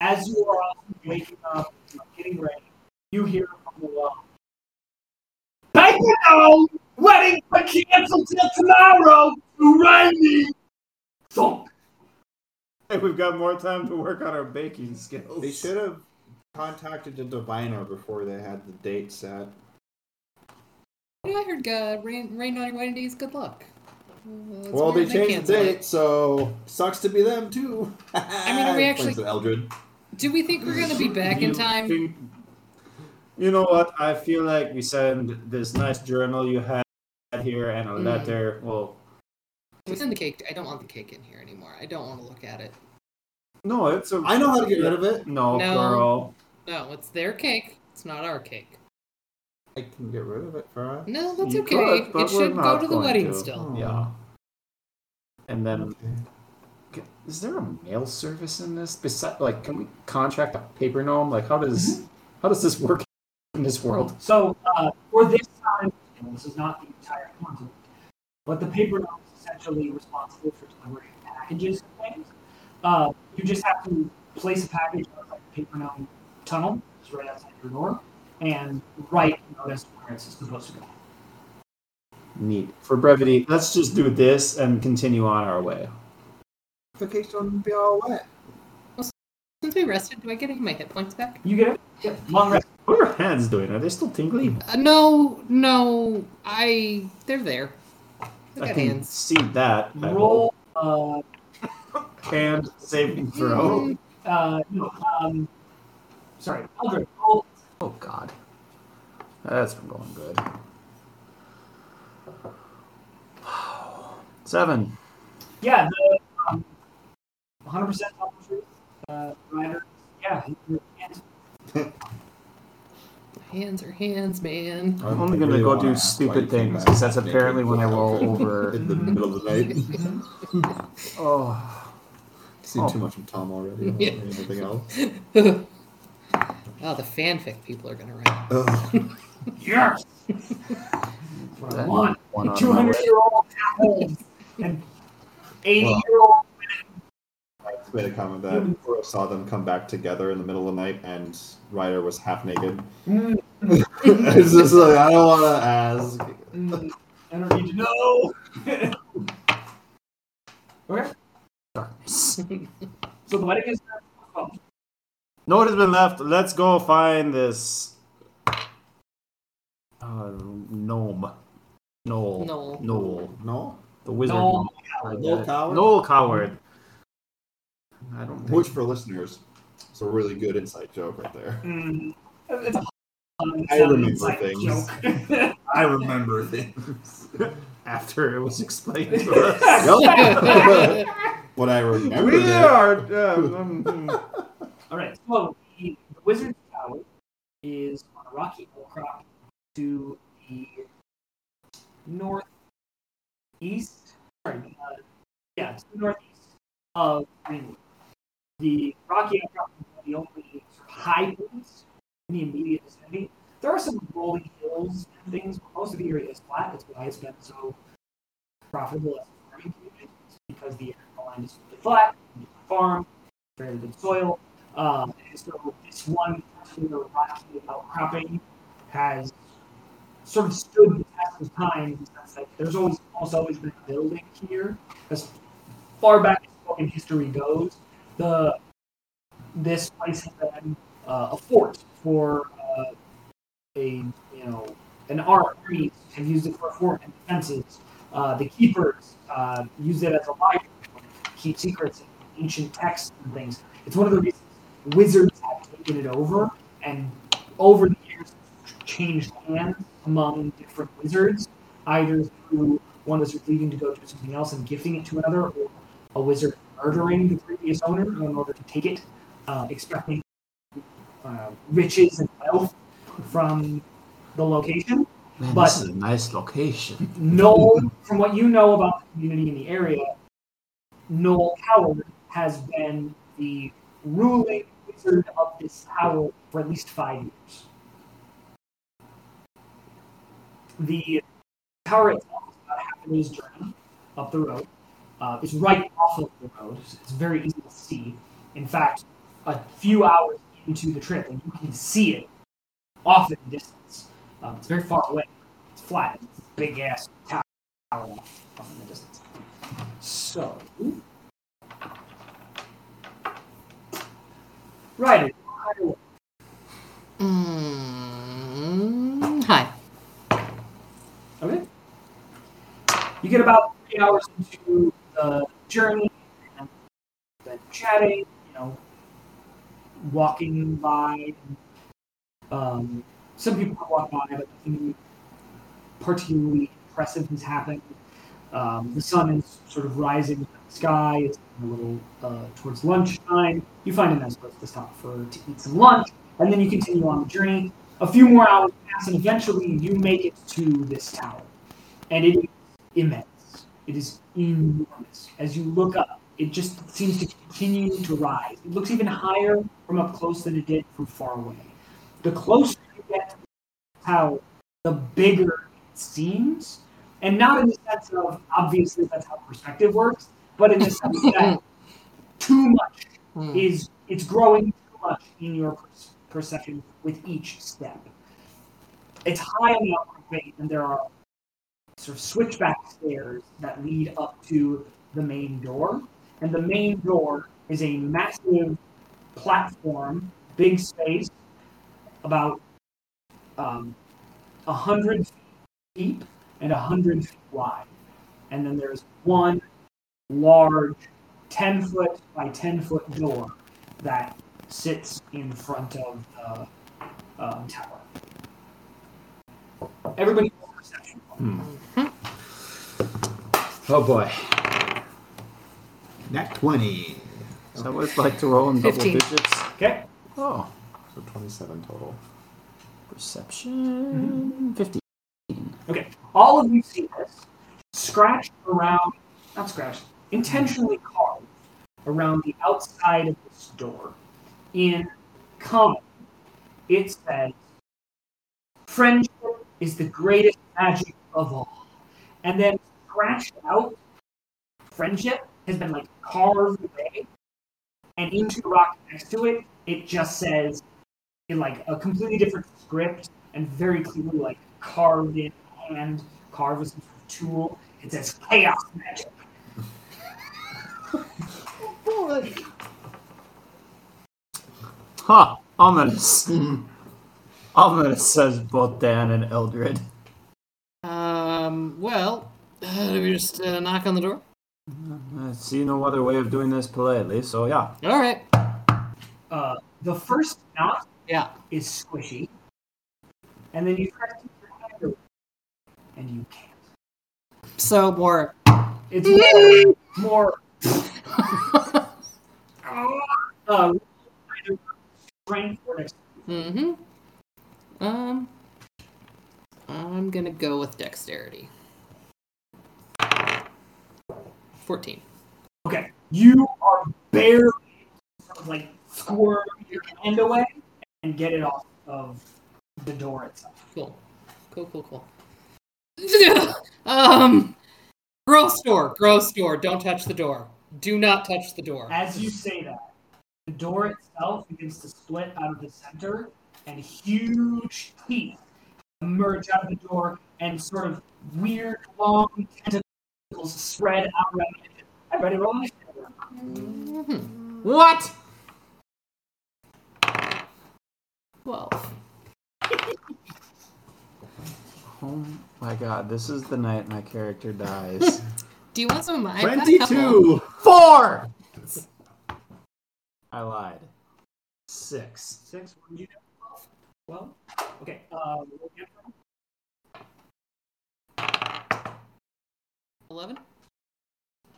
as you are all waking up, you are getting ready, you hear from the wall, Paper down! Wedding for cancel till tomorrow! Hooray! Thunk! Hey, We've got more time to work on our baking skills. they should have contacted the diviner before they had the date set. Yeah, I heard uh, rain, rain on your wedding days. Good luck. Well, it's well, they weird changed the cancel it. date, so sucks to be them too. I mean, are we actually- Eldred. Do we think we're gonna be back in You time? think- you know what? I feel like we send this nice journal you had here and a Mm. letter. Well, We send the cake. I don't want the cake in here anymore. I don't want to look at it. no, it's a. I know how to get rid of it. No, No. girl. No, it's their cake. It's not our cake. I can get rid of it for us. No, that's You okay. could, but it we're should go not to the going wedding to. still. Yeah. And then, Okay. is there a mail service in this? Besides, like, can we contract a paper gnome? Like, how does Mm-hmm. how does this work in this world? So uh, for this time, and this is not the entire content, but the paper gnome is essentially responsible for delivering packages and things. Uh, you just have to place a package outside the paper gnome tunnel, which is right outside your door, and write notice where it's supposed to go. Neat. For brevity, let's just do this and continue on our way. The case wouldn't be all wet. Since we rested, do I get any of my hit points back? You get it? Yeah. Long rest. What are your hands doing? Are they still tingly? Uh, no, no. I. They're there. I I got can hands. see that. I Roll. Uh, hope. hand saving throw. Mm, uh, no, um, sorry, Eldred, roll Oh God, that's been going good. Seven. Yeah, the um, 100% tell the truth. Uh, Ryder, yeah, he- he can't hands are hands, man. I'm only gonna go do stupid things because that's apparently when I roll over. in the middle of the night. Mm-hmm. Oh, Seen Oh. too much from Tom already. Yeah. Or anything else? oh, the fanfic people are gonna write. Ugh. Yes. What I That want. one on Two hundred year old apples and eighty year old I just made a comment that Mm. Kuro saw them come back together in the middle of the night, and Ryder was half naked. Mm, it's just like I don't want to ask. mm, I don't need to know. okay, darkness. so the wedding is oh, No one has been left. Let's go find this uh, gnome. Noel. Noel. Noel. No, The wizard. Noel Coward. Noel Coward? Noel Coward. I don't. which for listeners, it's a really good inside joke right there. mm, it's a I remember it's like a things. joke. I remember things. after it was explained to us. what I remember. we are. Uh, um, All right, so the, the wizard's tower is on a rocky outcrop to the northeast, sorry, uh, yeah, to the northeast of Greenwood. The Rocky Outcrop is the only high points in the immediate vicinity. There are some rolling hills and things, but most of the area is flat. That's why it's been so profitable as a farming community, It's because the area land is really flat, you can farm, fairly good soil. Um, and so this one particular Rocky outcropping has sort of stood the test of time in the sense that there's always almost always been a building here as far back as fucking history goes. The this place has been uh, a fort for uh, a you know an army have used it for fort and defenses. Uh, the keepers uh, use it as a library, keep secrets and ancient texts and things. It's one of the reasons wizards have taken it over and over the years changed hands among different wizards, either through one wizard leaving to go do something else and gifting it to another, or a wizard murdering the previous owner in order to take it, uh, expecting uh, riches and wealth from the location. Man, But- this is a nice location. Noel, from what you know about the community in the area, Noel Coward has been the ruling wizard of this tower for at least five years. The tower itself is about half a day's journey up the road. Uh, it's right off of the road, so it's very easy to see. In fact, a few hours into the trip, and you can see it off in the distance. Um, it's very far away. It's flat. It's a big ass tower off, off in the distance. So, right. Mm, hi. Okay. You get about three hours into the journey and then chatting, you know, walking by. Um, some people walk by, but nothing particularly impressive has happened. Um, the sun is sort of rising in the sky. It's a little uh, towards lunchtime. You find a nice place to stop for to eat some lunch, and then you continue on the journey. A few more hours pass, and eventually you make it to this tower, and it is immense. It is enormous. As you look up, it just seems to continue to rise. It looks even higher from up close than it did from far away. The closer you get to the tower, the bigger it seems, and not in the sense of obviously that's how perspective works, but in the sense that too much Mm. is it's growing too much in your per- perception with each step. It's high on the outcropping, and there are sort of switchback stairs that lead up to the main door. And the main door is a massive platform, big space, about um, 100 feet deep and 100 feet wide. And then there's one large 10 foot by 10 foot door that sits in front of the um, tower. Everybody roll a perception. Oh boy. Nat 20. Is that what it's like to roll in double 15. digits? Okay. Oh, So 27 total. perception 50. Okay. All of you see this. Scratched around, not scratched, intentionally carved around the outside of this door. In common, it says, Friendship is the greatest magic of all. And then scratched out, friendship has been like carved away. And into the rock next to it, it just says, in like a completely different script and very clearly like carved in hand, carved with some sort of tool. It says chaos magic. Huh, ominous. ominous, says both Dan and Eldred. Um, well, uh, do we just uh, knock on the door? I see no other way of doing this politely, so yeah. All right. Uh, the first knot Yeah. is squishy, and then you try to keep your hand over, it, and you can't. So more. It's more, more uh, either strength or dexterity. Mm-hmm. Um, I'm gonna go with dexterity. Fourteen. Okay, you are barely sort of, like squirm your hand away and get it off of the door itself. Cool. Cool, cool, cool. um, gross door, gross door. Don't touch the door. Do not touch the door. As you say that, the door itself begins to split out of the center, and huge teeth emerge out of the door, and sort of weird, long tentacles spread out around it. I'm ready to roll initiative. What? Twelve. Oh my god, this is the night my character dies. Do you want some of mine? I've got a couple. Twenty-two. Four! I lied. Six. Six. What did you do? Well, okay. Uh, roll again. Eleven.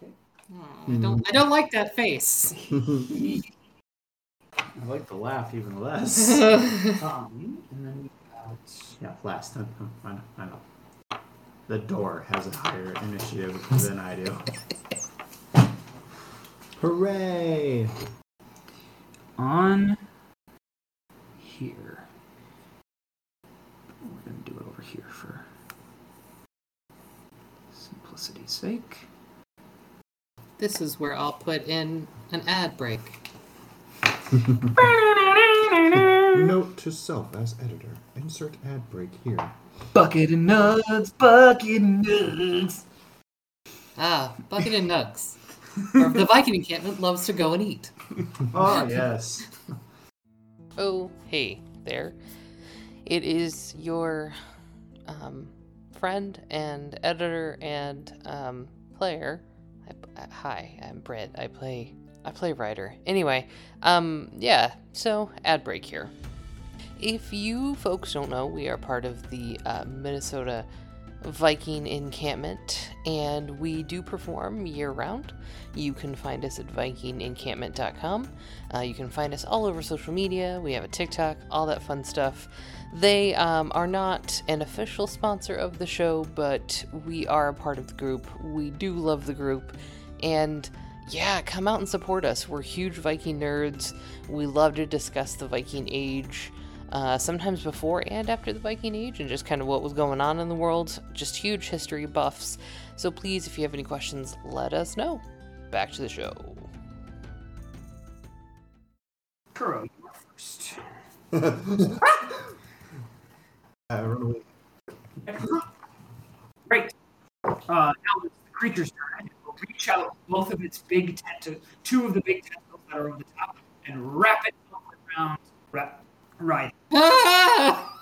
Oh, I don't. I don't like that face. I like the laugh even less. Um, and then we got yeah, last time. I know, I know. The door has a higher initiative than I do. Hooray! On here. We're gonna do it over here for simplicity's sake. this is where I'll put in an ad break. Note to self as editor: insert ad break here. Bucket and nuts, bucket and nuts. Ah, bucket and nugs. Or the Viking encampment loves to go and eat. Oh, yes. Oh, hey there. It is your um, friend and editor and um, player. I, uh, hi, I'm Britt. I play I play writer. Anyway, um, yeah. So ad break here. If you folks don't know, we are part of the uh, Minnesota Viking encampment, and we do perform year round. You can find us at vikingencampment.com. Uh, you can find us all over social media. We have a TikTok, all that fun stuff. They um, are not an official sponsor of the show, but we are a part of the group. We do love the group, and yeah, come out and support us. We're huge Viking nerds. We love to discuss the Viking Age, uh, sometimes before and after the Viking Age, and just kind of what was going on in the world. Just huge history buffs. So please, if you have any questions, let us know. Back to the show. Kuro. You are first. I run away. Great. Uh, now it's the creature's turn. It will reach out both of its big tentacles, two of the big tentacles that are on the top, and wrap it around. Wrap. Right. Ah!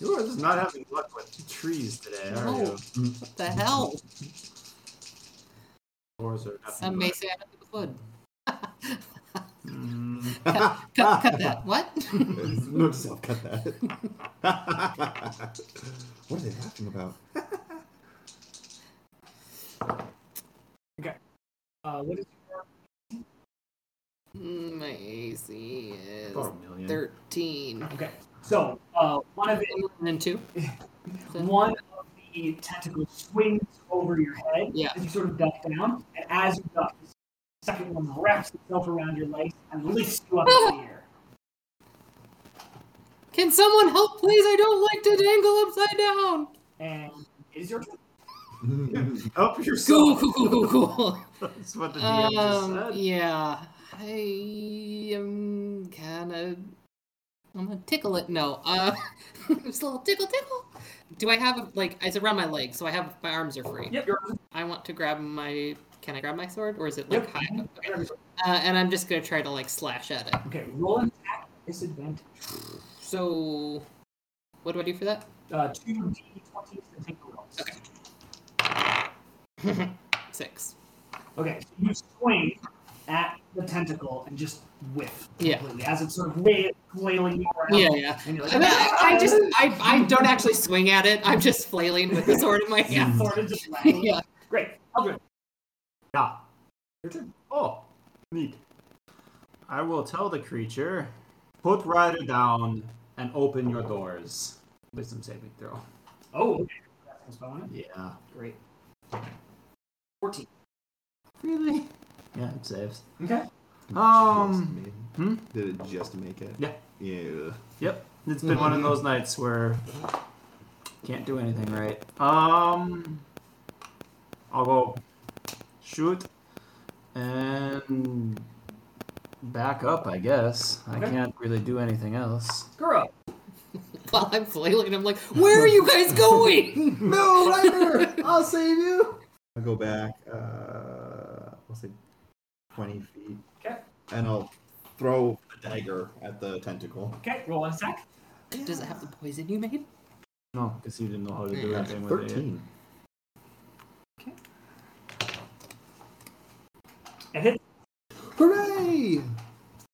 You are just not having luck with trees today, are No. you? What the hell? Doors are nothing Some but- may say I don't do with wood. Mm, Cut, Ah. cut, cut that. What? Note to self: cut that. what are they laughing about? Uh, what is your Mm, My AC is about a million. thirteen. Okay. So uh, one of it, And then two. So- one of the tentacles swings over your head Yeah. as you sort of duck down, and as you duck, the second one wraps itself around your legs and lifts you up in the air. Can someone help, please? I don't like to dangle upside down. And it is your turn. Help Cool, yourself. cool, cool, cool, cool. That's what the DM just Um, said. Uh, yeah, I am kind of. I'm gonna tickle it. No, uh, just a little tickle, tickle. Do I have like it's around my leg, so I have my arms are free. Yep. Your I want to grab my. Can I grab my sword, or is it like Yep. high? up? Okay. turn. Uh, and I'm just gonna try to like slash at it. Okay. Roll an attack disadvantage. So, what do I do for that? Uh, two d20s and take the rolls. Okay. Six. Okay, so you swing at the tentacle and just whiff Yeah. completely as it's sort of way flailing you around. Yeah, yeah. And you're like, I, mean, I, I just, I, I don't actually swing at it. I'm just flailing with the sword in my yeah, hand. sort of just flailing. yeah. Great, Eldrin. Yeah. Your turn. Oh, neat. I will tell the creature, put rider down and open your doors. Wisdom saving throw. Oh, okay. That's bonus. Yeah. Great. Fourteen. Really? Yeah, it saves. Okay. Um, Just made hmm? it. Did it just make it? Yeah. Yeah. Yep. It's been one of those nights where can't do anything right. Um, I'll go shoot and back up. I guess I Okay. can't really do anything else. Girl. While I'm flailing, I'm like, where are you guys going? No, Ryder! I'll save you! I'll go back, uh, I'll say 20 feet. Okay. And I'll throw a dagger at the tentacle. Okay. Roll on attack. Does it have the poison you made? No, because you didn't know how to do Yeah. anything with it. It hits. Hooray!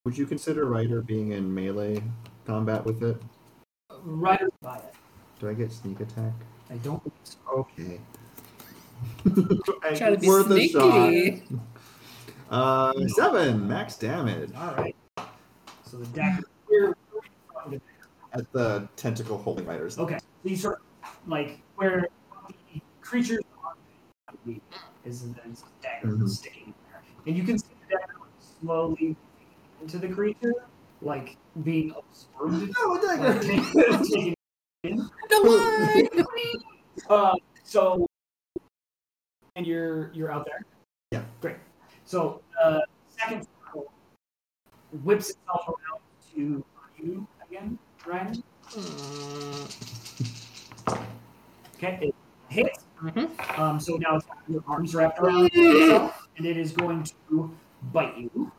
Would you consider Ryder being in melee combat with it? right by it. Do I get sneak attack? I don't. Okay. Try to be Worth a shot. sneaky. Uh, seven max damage All right. So the dagger. Where- where- at the tentacle holding Ryder's. Okay. These sort of like where the creatures are is there's a dagger Mhm. sticking in there, and you can see the dagger like, slowly into the creature, like being absorbed. No, a like, dagger! taken No way! Uh, so, and you're you're out there. Yeah. Great. So uh, second circle whips itself around to you again, Ryan. Mm, Okay. It hits. Mhm. Um, so now it's got your arms wrapped around itself, and it is going to bite you,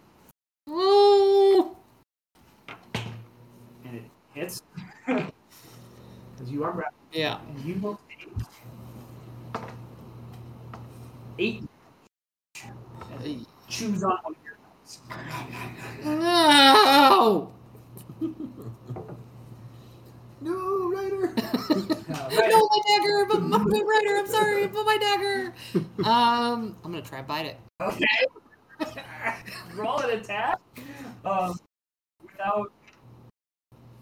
oh, and it hits because you are wrapped, yeah. and you will take eight. And choose on one of your dice. Ow! No, Ryder! Uh, right. No, my dagger, but my my rider. I'm sorry, but my dagger. Um, I'm gonna try and bite it. Okay. roll an attack. Um, without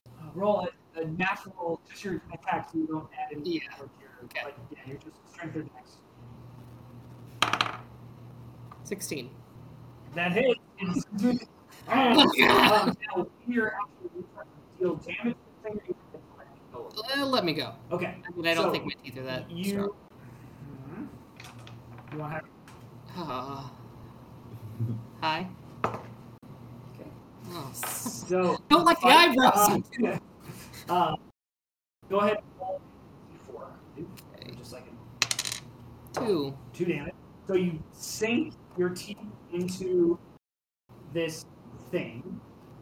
uh, roll a, a natural, just your attack, so you don't add any. Yeah. Your, Okay. Like, yeah, you're just strength or dex. Sixteen. That hit. um, now, in your actual reflex, deal damage. to the thing, or you can just let it go. Uh, let me go. Okay. I mean, I don't So, think my teeth are that you. strong. Mhm. You want to have Ah. hi. Okay. Oh, s- so. don't like the eyebrows. Uh, uh, go ahead. and roll D4. Just like in Two. two damage. So you sink your teeth into this thing.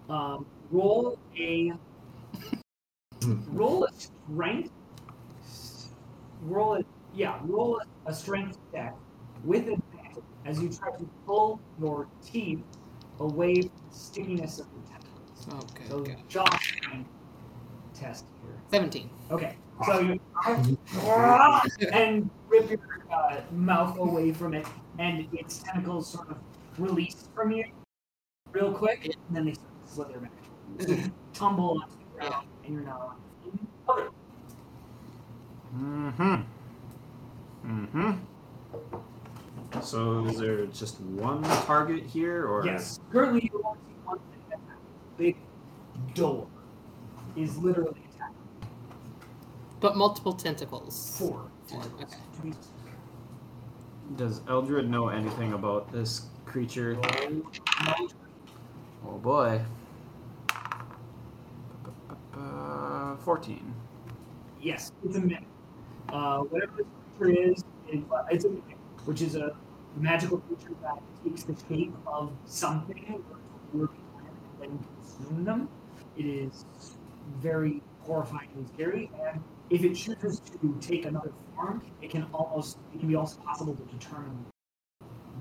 Um, roll a roll a strength. Roll a yeah. Roll a, a strength check with advantage as you try to pull your teeth away from the stickiness of the tentacles. Oh, good So God. jaw strength test here. Seventeen. Okay, so you and rip your uh, mouth away from it, and its tentacles sort of release from you real quick, and then they sort of slither back, So you tumble onto the ground, and you're now on. Mm-hmm. Mm-hmm. So is there just one target here, or Yes, currently you only see one thing that happens. Big door is literally attacking But multiple tentacles. four Four, tentacles. okay. To be- does Eldred know anything about this creature? No, Oh boy. Uh, 14. Yes, it's a mimic. Uh, whatever this creature is, it- it's a mimic, which is a magical creature that takes the shape of something or and then consumes them. It is very horrifying and scary, and if it chooses to take another form, it can almost it can be also possible to determine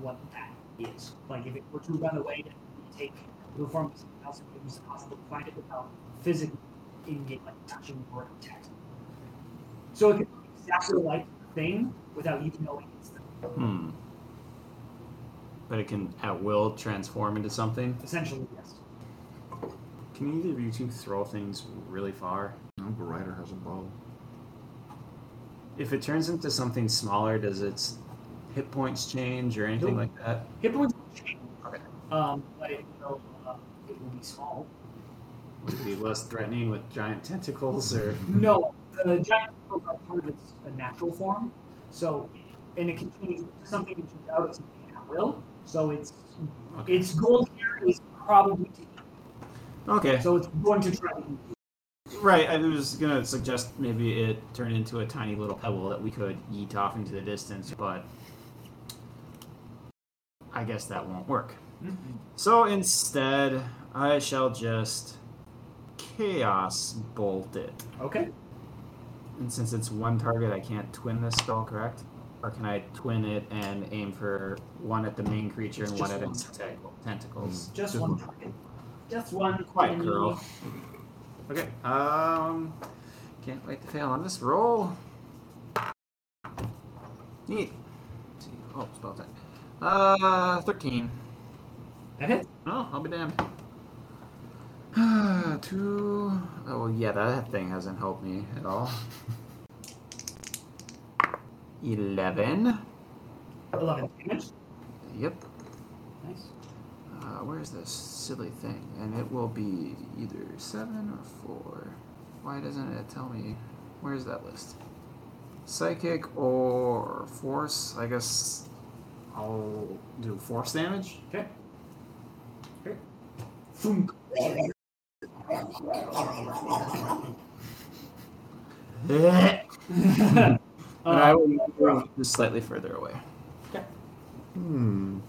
what that is. Like if it were to run away and take the form of something else, it was possible to find it without physically in game like touching or attacking. So it can look exactly like the thing without even knowing it's the Hmm. But it can at will transform into something. essentially yes. Can either of you two throw things really far? No, but Ryder has a bow. If it turns into something smaller, does its hit points change or anything Nope. like that? Hit points will change. Okay. Um, but it will, uh, it will be small. Would it be less threatening with giant tentacles or No, the giant tentacles are part of its uh, natural form. So, and it continues something that shoots out at something at will. So it's Okay. its goal here is probably to eat. Okay. So it's going to try to eat. you. Right, I was gonna suggest maybe it turn into a tiny little pebble that we could yeet off into the distance, but I guess that won't work. So instead, I shall just chaos bolt it. Okay. And since it's one target, I can't twin this spell, correct? Or can I twin it and aim for one at the main creature and It's one just at one its tentacle- tentacles? Mm. Just one target. Just one. Quiet enemy. girl. Okay. Um, can't wait to fail on this roll. Neat. Let's see. Oh, spell attack. Uh, thirteen. That hits. Oh, I'll be damned. Two. Oh, well, yeah, that thing hasn't helped me at all. Eleven. 11 damage. Yep. Nice. Uh, where's this silly thing? And it will be either seven or four. Why doesn't it tell me? Where's that list? Psychic or force? I guess I'll do force damage. Okay. Okay. Thunk. and I Uh, will move just slightly further away. Hmm.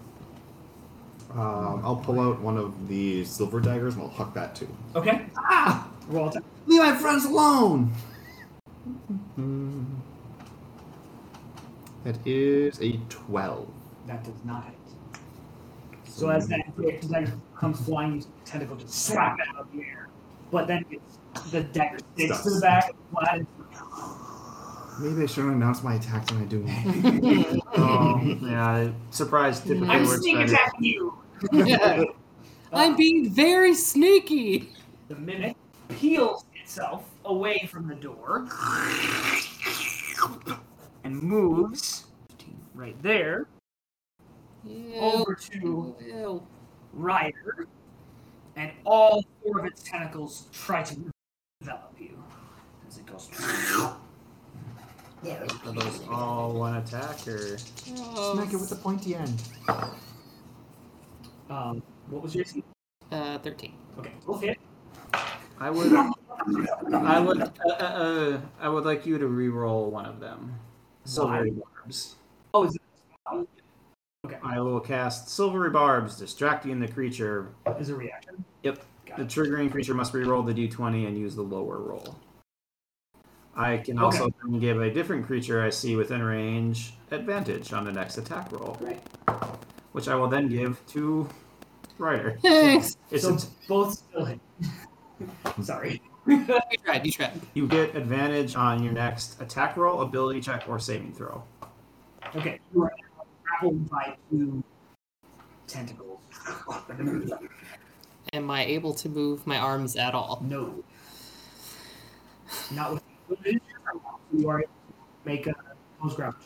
Um, I'll pull out one of the silver daggers and I'll huck that too. okay. Ah! Roll attack. Leave my friends alone! That is a 12. That does not hit. So as that projectile dagger comes flying, you tentacle just slap it out of the air. But then it's, the dagger sticks to the back, flat, and Maybe I shouldn't announce my attacks when I do them. Oh, yeah. Surprise typically I'm works sneak better. attacking you. I'm being very sneaky. The mimic peels itself away from the door and moves right there over to Ew. Ryder, and all four of its tentacles try to envelop you as it goes. Are those all one attack or? Gross. it with the pointy end. Um, what was your? Uh, 13. Okay, both hit. I would. I would. Uh, uh, uh, I would like you to re-roll one of them. Silvery barbs. Oh, is it? I will cast silvery barbs, distracting the creature. is a reaction. Yep. Got The it. triggering creature must re-roll the d20 and use the lower roll. I can also then give a different creature I see within range advantage on the next attack roll, Great. which I will then give to Ryder. Thanks. It's so a- both still hit. Sorry. You tried, you tried. you get advantage on your next attack roll, ability check, or saving throw. Okay, you are now grappled by two tentacles. Am I able to move my arms at all? no. Not with you are able to make a close grapple.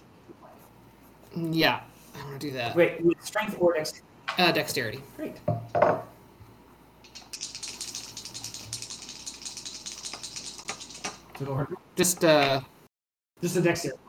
Yeah, I'm gonna do that. Wait, with strength or dexterity? Uh, dexterity. Great. It'll hurt. Just, uh, Just a dexterity.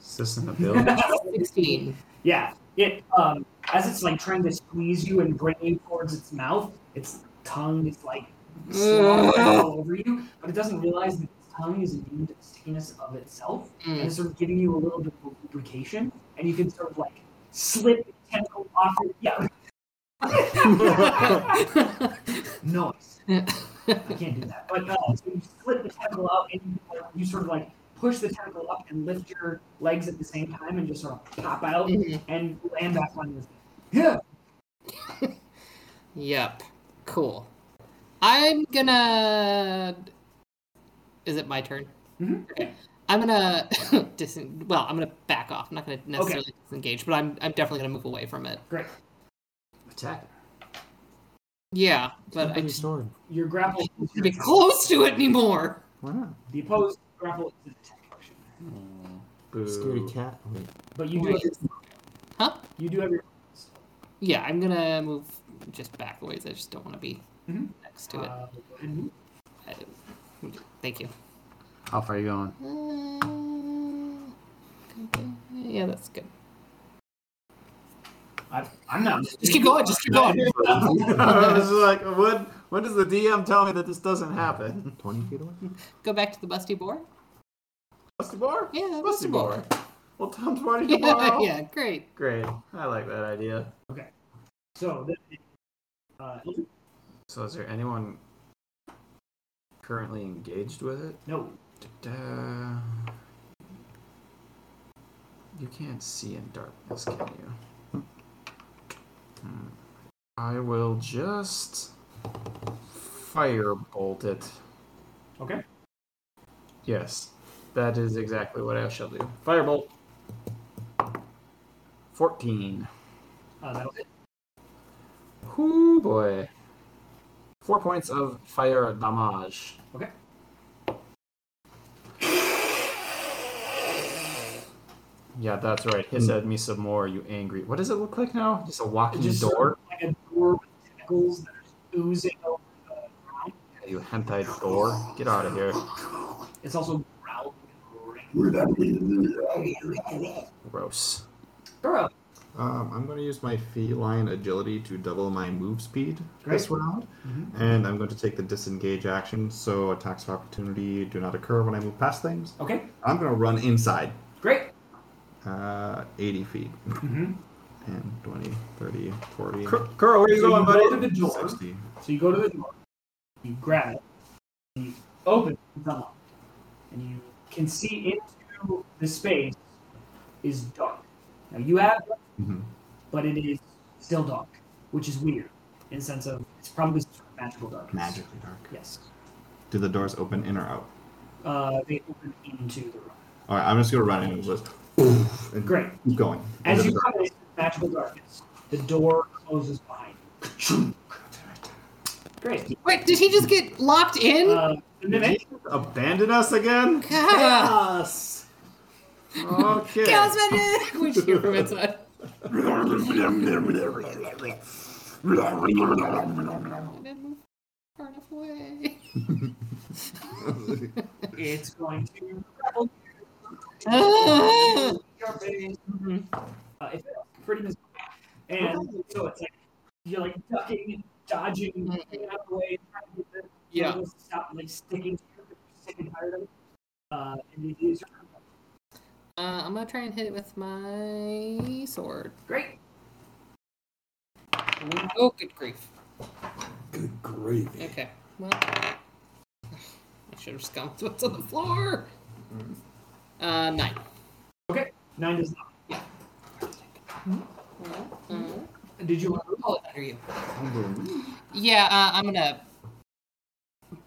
System ability. 16. Yeah, it um as it's like trying to squeeze you and bring you towards its mouth, its tongue is like slobbering all over you, but it doesn't realize that its tongue is immune to the stickiness of itself, and Mm. it's sort of giving you a little bit of lubrication, and you can sort of like slip the tentacle off your yeah noise. I can't do that, but uh, so you slip the tentacle out, and you, like, you sort of like push the tentacle up and lift your legs at the same time, and just sort of pop out Mhm. and land back on your yeah. Yep. Cool. I'm gonna. Is it my turn? Mhm. Okay. I'm gonna dis- well, I'm gonna back off. I'm not gonna necessarily disengage, but I'm I'm definitely gonna move away from it. Great. attack. Yeah, but I just sword. Your grapple is don't your be attack. close to it anymore. Why not? The opposed grapple is an attack action. Boo. Scaredy cat. Wait. But you do Wait. every- Huh? you do every Yeah, I'm gonna move just back a ways. I just don't want to be Mhm. next to it. uh, go ahead and move. Thank you. How far are you going? Uh, yeah, that's good. I, I'm not Just keep going. Just keep going. I was like, when, when does the DM tell me that this doesn't happen? 20 feet away? Go back to the busty boar. Busty bar? Yeah, Busty busty bar. boar. Well, Tom 20 Yeah, tomorrow. yeah, great. Great. I like that idea. So, then, uh, So, is there anyone currently engaged with it? no, Da- You can't see in darkness, can you? Hmm. I will just firebolt it. Okay. Yes, that is exactly what I shall do. Firebolt. 14. uh, that'll hit. Whoo boy. Four points of fire damage. Okay. Yeah, that's right. Hiss at me some more, you angry. What does it look like now? Just a walking Just door? sort of like a door with tentacles that are oozing out. Yeah, you hentai door. Get out of here. It's also growling and roaring. Gross. Burrow, Um, I'm going to use my feline agility to double my move speed this Great. round, Mhm. and I'm going to take the disengage action, so attacks of opportunity do not occur when I move past things. okay, I'm going to run inside, great. uh, 80 feet, Mm-hmm. and 20, 30, 40, Carl, where are you So going, you go buddy? to the door. 60. So you go to the door, you grab it, and you open it, it's unlocked. and you can see into the space is dark. Now you have, Mhm. but it is still dark, which is weird in the sense of it's probably some sort of magical darkness. Magically dark. Yes. Do the doors open in or out? Uh, they open into the room. All right, I'm just going to run in and just. oof, and Great. Keep going. As Into you the come into magical darkness, the door closes behind you. Great. Wait, did he just get locked in? Uh, the Did mimic, you abandon us again? God. Okay. Chaos magic! Which you remember that? I didn't move far enough away. it's going to grapple Ah. you. Your face. Uh, it fails. Pretty miserable. And so it's like you're like ducking and dodging and getting out of the way, trying to get the Yeah. to stop like sticking to you. You're sick and tired of it. Uh, and it is your combo. Uh, I'm gonna try and hit it with my sword. great. Oh, good grief. Good gravy. Okay. Well, I should have just gone with what's on the floor. Uh, nine. Okay. Nine does not. Mm. Did you want to Oh, it's under you. door. Yeah, uh, I'm gonna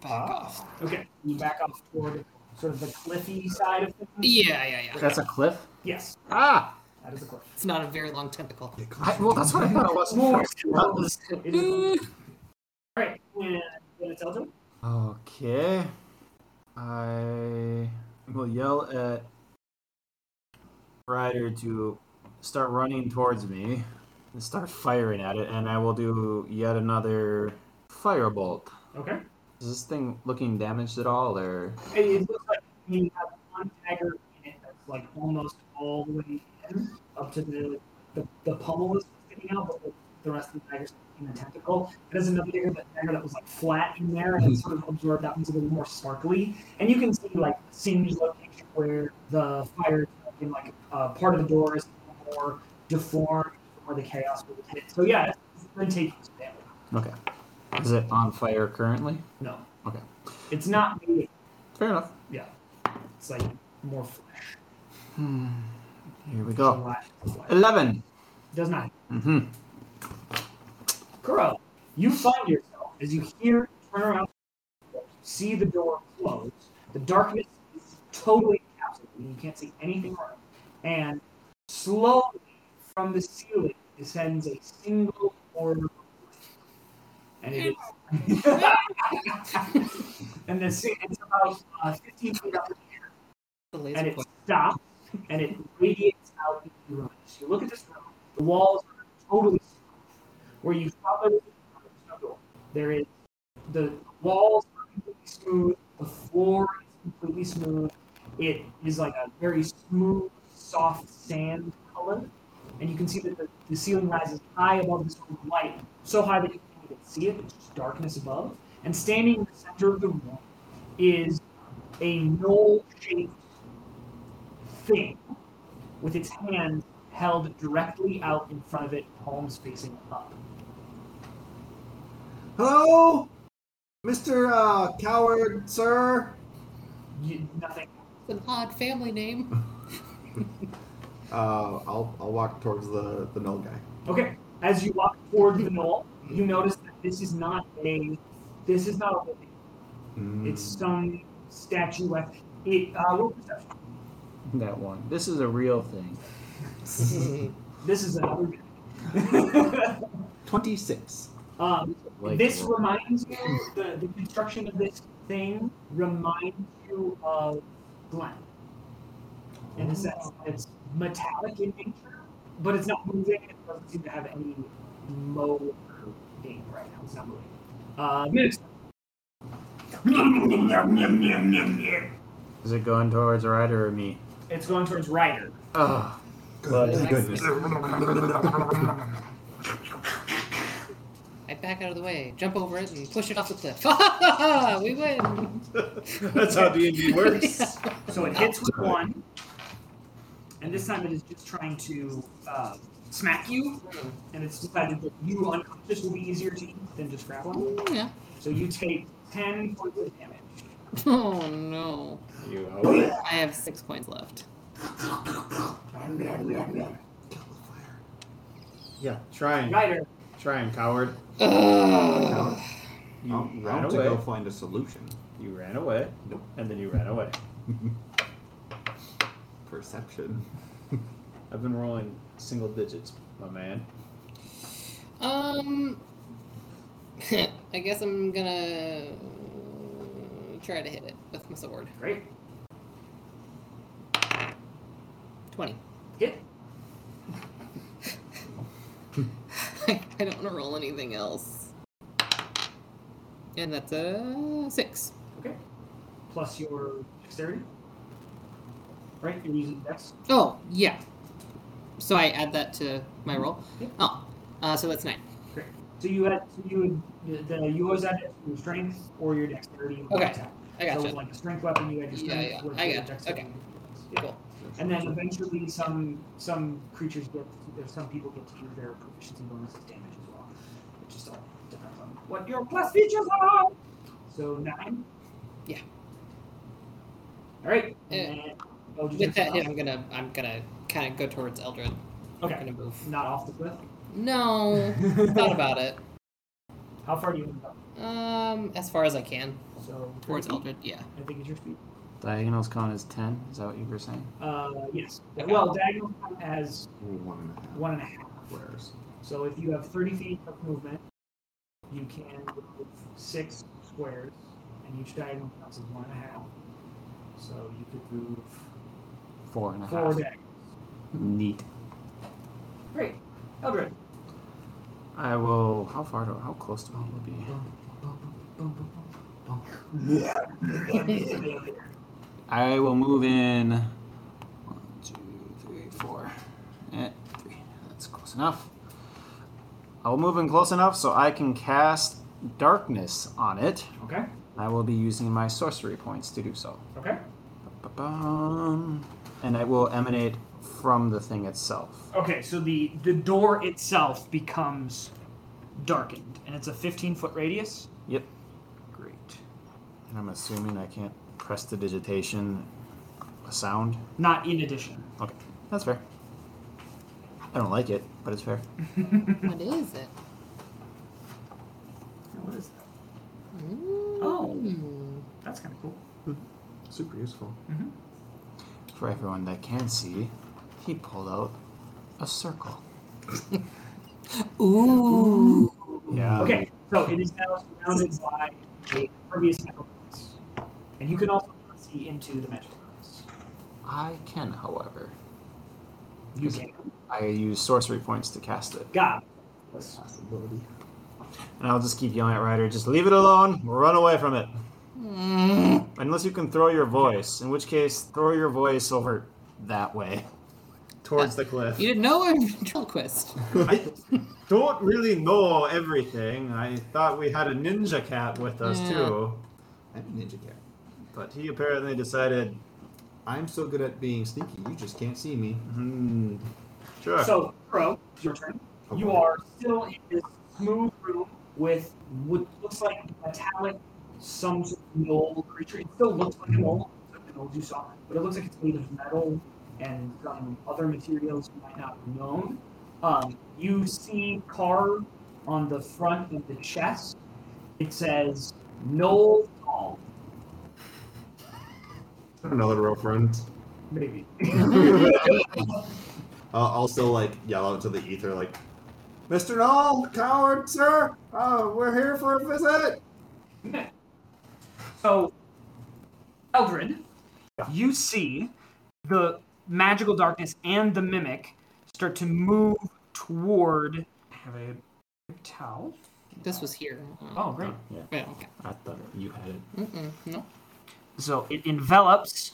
back Ah. off. Okay. You back off toward sort of the cliffy side of things? Yeah, yeah, yeah. That's a cliff? Yes. Ah! That is a cliff. It's not a very long tentacle. I, well, that's what I thought it was. It More. is a cliff. All right. And then it's Eldrin. Okay. I. We'll yell at Ryder to start running towards me and start firing at it, and I will do yet another firebolt. Okay. Is this thing looking damaged at all, or. It, it looks like you have one dagger in it that's like almost all the way in, up to the the, the pommel is sticking out, but the, the rest of the dagger's in the tentacle. There's another dagger that, dagger that was like flat in there and it sort of absorbed out and was a little more sparkly. And you can see like singe location where the fire in like uh, part of the door is more deformed from where the chaos would hit. So yeah, it's been taking some damage. Okay. Is it on fire currently? No. Okay. It's not me. Fair enough. Yeah. It's like more flesh. Here we go. Flesh, flesh. 11. Does not. Mm-hmm. Kuro, you find yourself as you hear turn around, see the door close. The darkness is totally encapsulated. You can't see anything around. And slowly from the ceiling descends a single orb. of light. And it is. and then it's about uh, 15 feet up in the air, The and laser it point. stops and it radiates out into the room. So you look at this room, the walls are totally smooth. Where you probably struggle, there is the walls are completely smooth, the floor is completely smooth. It is like a very smooth, soft sand color, and you can see that the, the ceiling rises high above this room of light, so high that you can't even see it. It's just darkness above. And standing in the center of the room is a knoll-shaped thing with its hand held directly out in front of it, palms facing up. Hello, Mr. Uh, Coward, sir. You, nothing. It's an odd family name. Uh, I'll I'll walk towards the the null guy. Okay. As you walk toward the knoll, you notice that this is not a this is not a building. Mm. It's Hmm. some statue like it uh, roll perception. That one. This is a real thing. This is another building. twenty six. um, Like this roll. reminds you the, the construction of this thing reminds you of Glen. In the sense that it's metallic in nature, but it's not moving and it doesn't seem to have any motor thing right now. It's not moving. Uh, Minx, Is it going towards Ryder or me? it's going towards Ryder. Ugh. Thank goodness. I back out of the way, jump over it, and push it off the cliff. we win. That's how D&D works. So it hits with one, and this time it is just trying to uh, smack you, and it's decided that you unconscious will be easier to eat than just grab one. Yeah. So you take 10 points of damage. Oh no. You owe I have six points left. Yeah, try and Ryder, try and coward. Ugh. You I'll- ran I'll to away. go find a solution. You ran away, Nope. and then you ran away. Perception. I've been rolling single digits, my man. Um. I guess I'm gonna try to hit it with my sword. great. Twenty. Hit. I don't want to roll anything else. And that's a six. Okay. Plus your dexterity. Right? You're using dex. Oh, yeah. So I add that to my roll. Oh, uh, so that's nine. Great. So you had so you would- the, you always add it to your strength or your dexterity. when you Okay. attack. I So gotcha. with like a strength weapon, you add your Yeah, strength. yeah. With I your gotcha. dexterity. Okay. Yeah. Cool. And then eventually, some some creatures get, or some people get to use their proficiency bonuses damage as well. It just all depends on what your plus features are. So nine. Yeah. All right. Uh, And- oh, did you With have that hit, something I'm gonna I'm gonna kind of go towards Eldred. else? I'm Okay. gonna move. Not off the cliff. No, thought about it. How far do you want to Um, as far as I can go? So towards thirty Eldred. Yeah. feet, I think it's your speed. Diagonals con is ten. Is that what you were saying? Uh, yes. Okay. Well, diagonal count as One and a half. one and a half. squares. So if you have 30 feet of movement, you can move six squares, and each diagonal counts as one and a half. So you could move Four and a half. four diagonals. Neat. Great. Eldred. I will. How far do? How close do I want to be? I will move in. One, two, three, four. Eh, three. That's close enough. I will move in close enough so I can cast darkness on it. Okay. I will be using my sorcery points to do so. Okay. Ba-bum. And it will emanate from the thing itself. Okay. So the the door itself becomes darkened, and it's a 15 foot radius. Yep. Great. And I'm assuming I can't press the digitation a sound. Not in addition. Okay, that's fair. I don't like it, but it's fair. What is it? What is that? Mm. Oh. That's kind of cool. Super useful. For everyone that can see, he pulled out a circle. Ooh. Yeah. Okay, so it is now surrounded by a impervious metal box. And you can also see into the magic box. I can, however. You can. I use sorcery points to cast it. God. Possibility. And I'll just keep yelling at Ryder, just leave it alone, run away from it. Unless you can throw your voice, in which case, throw your voice over that way. Towards the cliff. You didn't know I'm ventriloquist. I don't really know everything. I thought we had a ninja cat with us Yeah. too, I'm a ninja cat. but he apparently decided, I'm so good at being sneaky, you just can't see me. Mm-hmm. hmm, Ah. sure. So, Kuro, it's your turn. You Okay. are still in this smooth room with what looks like metallic, some sort of mole creature. It still looks like a mole, like the moles you saw, but it looks like it's made of metal and some other materials you might not have known. Um, you see carved on the front of the chest, it says Noel Tall, Another real friend. maybe. I'll Uh, also like yell out to the ether, like, Mr. Null, coward, sir. Uh, we're here for a visit. So, Eldred, you see the magical darkness and the mimic start to move toward. I have a towel. This was here. Oh, great. Yeah, okay. I thought you had it. Mm-mm, no. So it envelops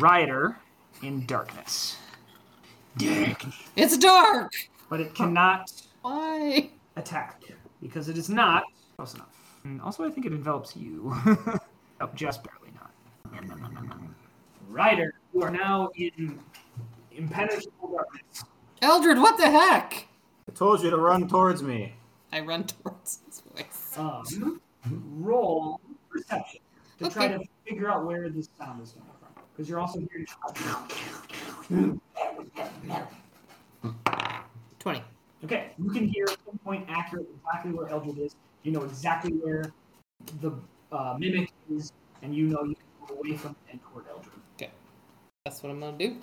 Ryder in darkness. It's dark! But it cannot Why? attack because it is not close enough. And also, I think it envelops you. oh, just barely not. Ryder, you are now in impenetrable darkness. Eldred, what the heck? I told you to run towards me. I run towards his voice. Um, roll perception to try Okay. to figure out where this sound is coming from because you're also hearing. 20. Okay, you can hear pinpoint accurate exactly where Eldred is. You know exactly where the uh, mimic is, and you know you can go away from it and toward Eldred. That's what I'm gonna do.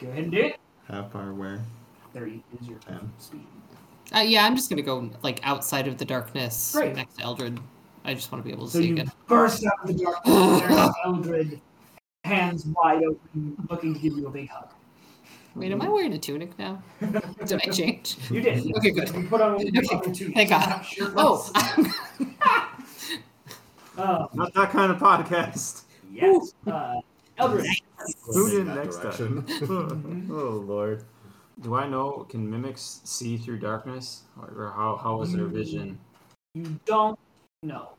Go ahead and do it. how far where? There you is your Um, speed. Uh, yeah, I'm just gonna go like outside of the darkness Great. next to Eldred. I just want to be able to So see you again. burst out of the darkness, there's Eldred, hands wide open, looking to give you a big hug. Wait, am I wearing a tunic now? Did I change? You did. Okay, good. You put on one of your Okay, other two. Thank God. Oh, Uh, Not that kind of podcast. yes. Uh, Eldred, Tune in that next direction. time. oh lord. Do I know can mimics see through darkness, or how how is their vision? you don't know.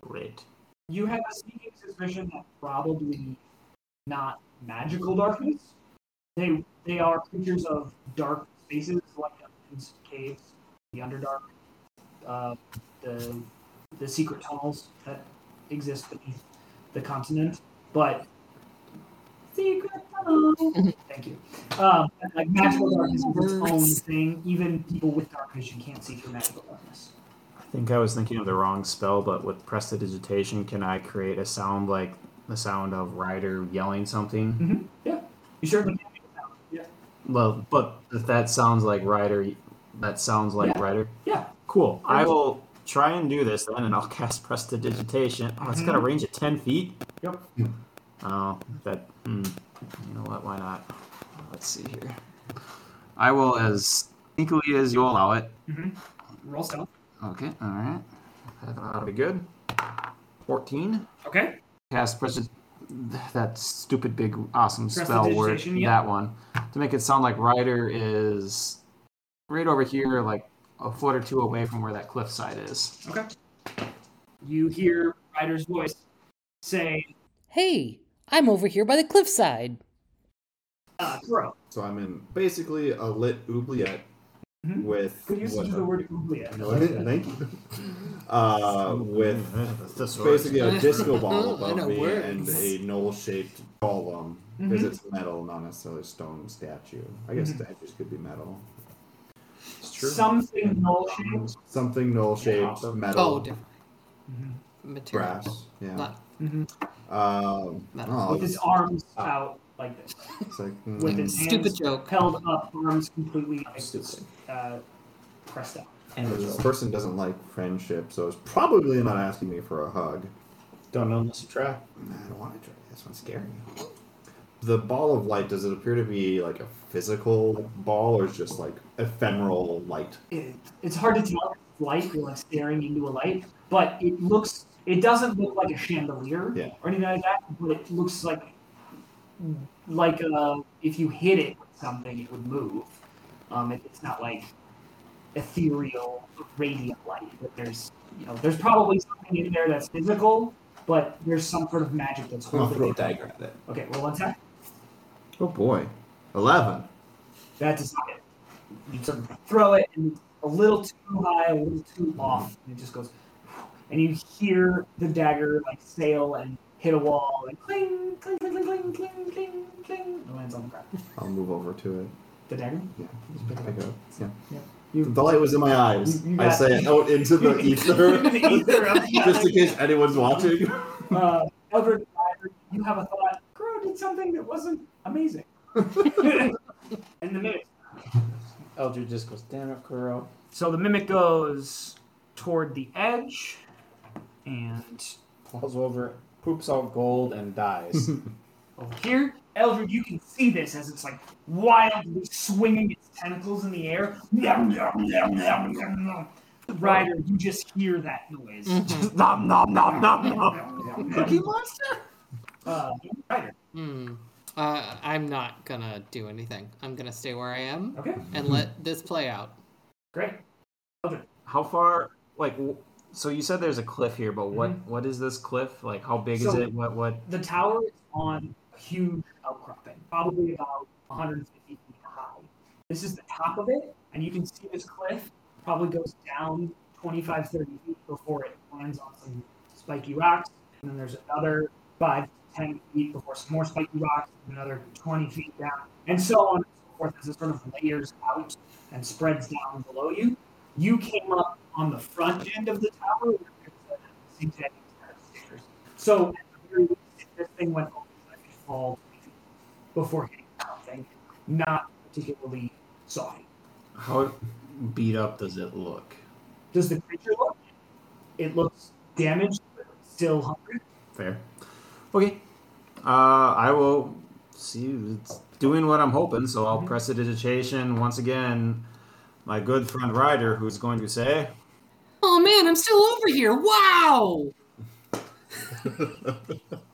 Great. You have a sneaking suspicion that probably not magical darkness. They they are creatures of dark spaces, like dungeons, caves, the Underdark, uh, the the secret tunnels that exist beneath the continent. But secret tunnel. Thank you. Um, like magical darkness is its own thing. Even people with dark vision can't see through magical darkness. I think I was thinking of the wrong spell, but with prestidigitation, can I create a sound like the sound of Ryder yelling something? Mm-hmm. You certainly can. Well, but if that sounds like Ryder, that sounds like Yeah. Ryder. Yeah. Cool. I will try and do this then, and I'll cast Prestidigitation. Oh, it's got a range of 10 feet? Yep. Oh, that. Hmm. You know what? Why not? Let's see here. I will, as sneakily as you allow it. Roll stealth. Okay, all right. That ought to be good. 14. Okay. Cast precious. That stupid big awesome spell word. Prestidigitation, yeah. That one. To make it sound like Ryder is right over here, like a foot or two away from where that cliffside is. Okay. You hear Ryder's voice say, Hey, I'm over here by the cliffside. uh, Kuro. So I'm in basically a lit oubliette Mhm. with. Could you use what- the word oublia? No, I didn't. Thank you. Uh, with That's the basically a disco Oh, ball and a above me word. Mm-hmm. and a knoll-shaped column because it's metal, not necessarily stone statue. I guess statues could be metal. It's Something null shaped. Something knoll-shaped, Yeah. metal, oh, different material. brass. Yeah. Not Mm-hmm. Um, Metal. oh, With his arms out like this. it's like, With mm, his Stupid hands joke. held up, arms completely like, Stupid. uh, pressed out. this person doesn't like friendship, so it's probably not asking me for a hug. Don't know unless you try. I don't want to try. This one's scary. the ball of light does it appear to be like a physical ball or is just like ephemeral light? it, it's hard to tell if it's light you're like staring into a light but it looks it doesn't look like a chandelier Yeah. or anything like that but it looks like like uh, if you hit it with something it would move um, it, it's not like ethereal radiant light but there's you know there's probably something in there that's physical but there's some sort of magic that's I'm gonna holding throw a it dagger at it. okay well one sec Oh boy, eleven. That is not it. You sort of throw it and it's a little too high, a little too off, and it just goes. And you hear the dagger like sail and hit a wall and cling, cling, cling, cling, cling, cling, cling, cling. It lands on the ground. I'll move over to it. The dagger. Yeah, just pick it up. Yeah. You- The light was in my eyes. You- you I got- say it out into the The ether, ether of the just in case anyone's watching. Uh, Eldred, Fire, you have a thought. Crow did something that wasn't amazing. and the mimic. Eldred just goes, damn it, Kuro. So the mimic goes toward the edge, and Falls over, poops out gold, and dies. over here. Eldred, you can see this as it's like wildly swinging its tentacles in the air. Nom, nom, nom, nom, nom, nom. Ryder, you just hear that noise. Mhm. nom nom nom nom nom. Mm-hmm. Cookie monster? Uh, Ryder, Hmm. Uh, I'm not gonna do anything. I'm gonna stay where I am okay, and let this play out. great. How far? Like, w- so you said there's a cliff here, but what? Mm-hmm. what is this cliff? Like, how big is So- it? What? What? The tower is on a huge outcropping, probably about 150 feet high. This is the top of it, and you can see this cliff probably goes down 25, 30 feet before it lands on some spiky rocks. And then there's another 5, 10 feet before some more spiky rocks, and another 20 feet down, and so on and so forth as it sort of layers out and spreads down below you. You came up on the front end of the tower, where there's a zigzagging set of stairs. So at the very least, if this thing went over, I could fall before hitting something, not particularly sawing. Oh, How beat up does it look? Does the creature look? It looks damaged, but still hungry. Fair. Okay. Uh, I will see. It's doing what I'm hoping, so Mm-hmm. I'll press prestidigitation once again. My good friend Ryder, who's going to say, Oh man, I'm still over here. Wow.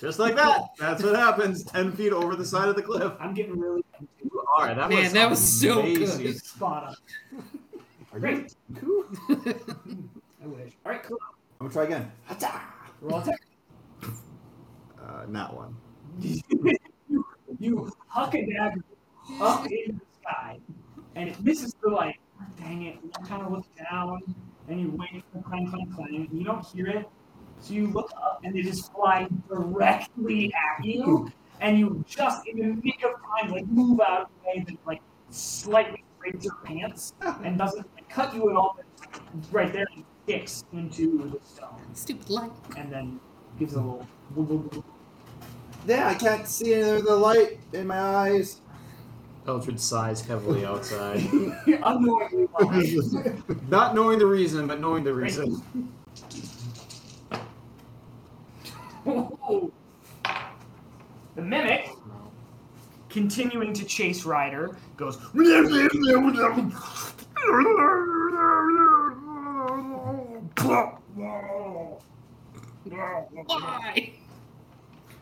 just like that. That's what happens. Ten feet over the side of the cliff. I'm getting really empty. All right, that Man, was that was so good. amazing. spot on. Great. I wish. All right, cool. I'm gonna try again. We're all tech. Uh, not one. You huck a dagger up in the sky, and it misses the light. Dang it! You kind of look down, and you wait for the clang, clang, clang. And you don't hear it, so you look up, and it is flying directly at you. And you just, in the nick of time, like move out of the way, and like slightly scrapes your pants, and doesn't like, cut you at all. But it's right there, and sticks into the stone, Stupid light. and then gives a little. woo- woo- woo- Yeah, I can't see any of the light in my eyes. Eldred sighs heavily outside, woo- Unknowingly, laugh. not knowing the reason, but knowing the reason. Whoa. The mimic, continuing to chase Ryder, goes. Why?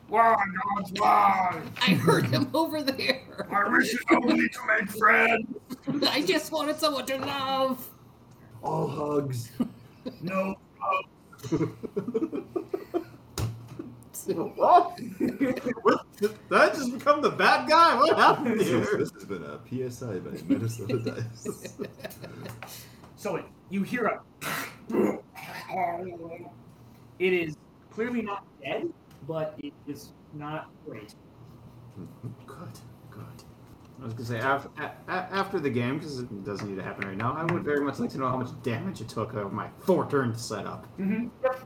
Why, God, why? I heard him over there. I wish you only to make friends. I just wanted someone to love. All hugs. No, What? What? Did I just become the bad guy? What happened this, here? this has been a PSI by Minnesota Dice. So it, you hear a. It is clearly not dead, but it is not great. Good, good. I was gonna say after, after the game because it doesn't need to happen right now. I would very much like to know how much damage it took of my four turn setup. Mm-hmm. Yep.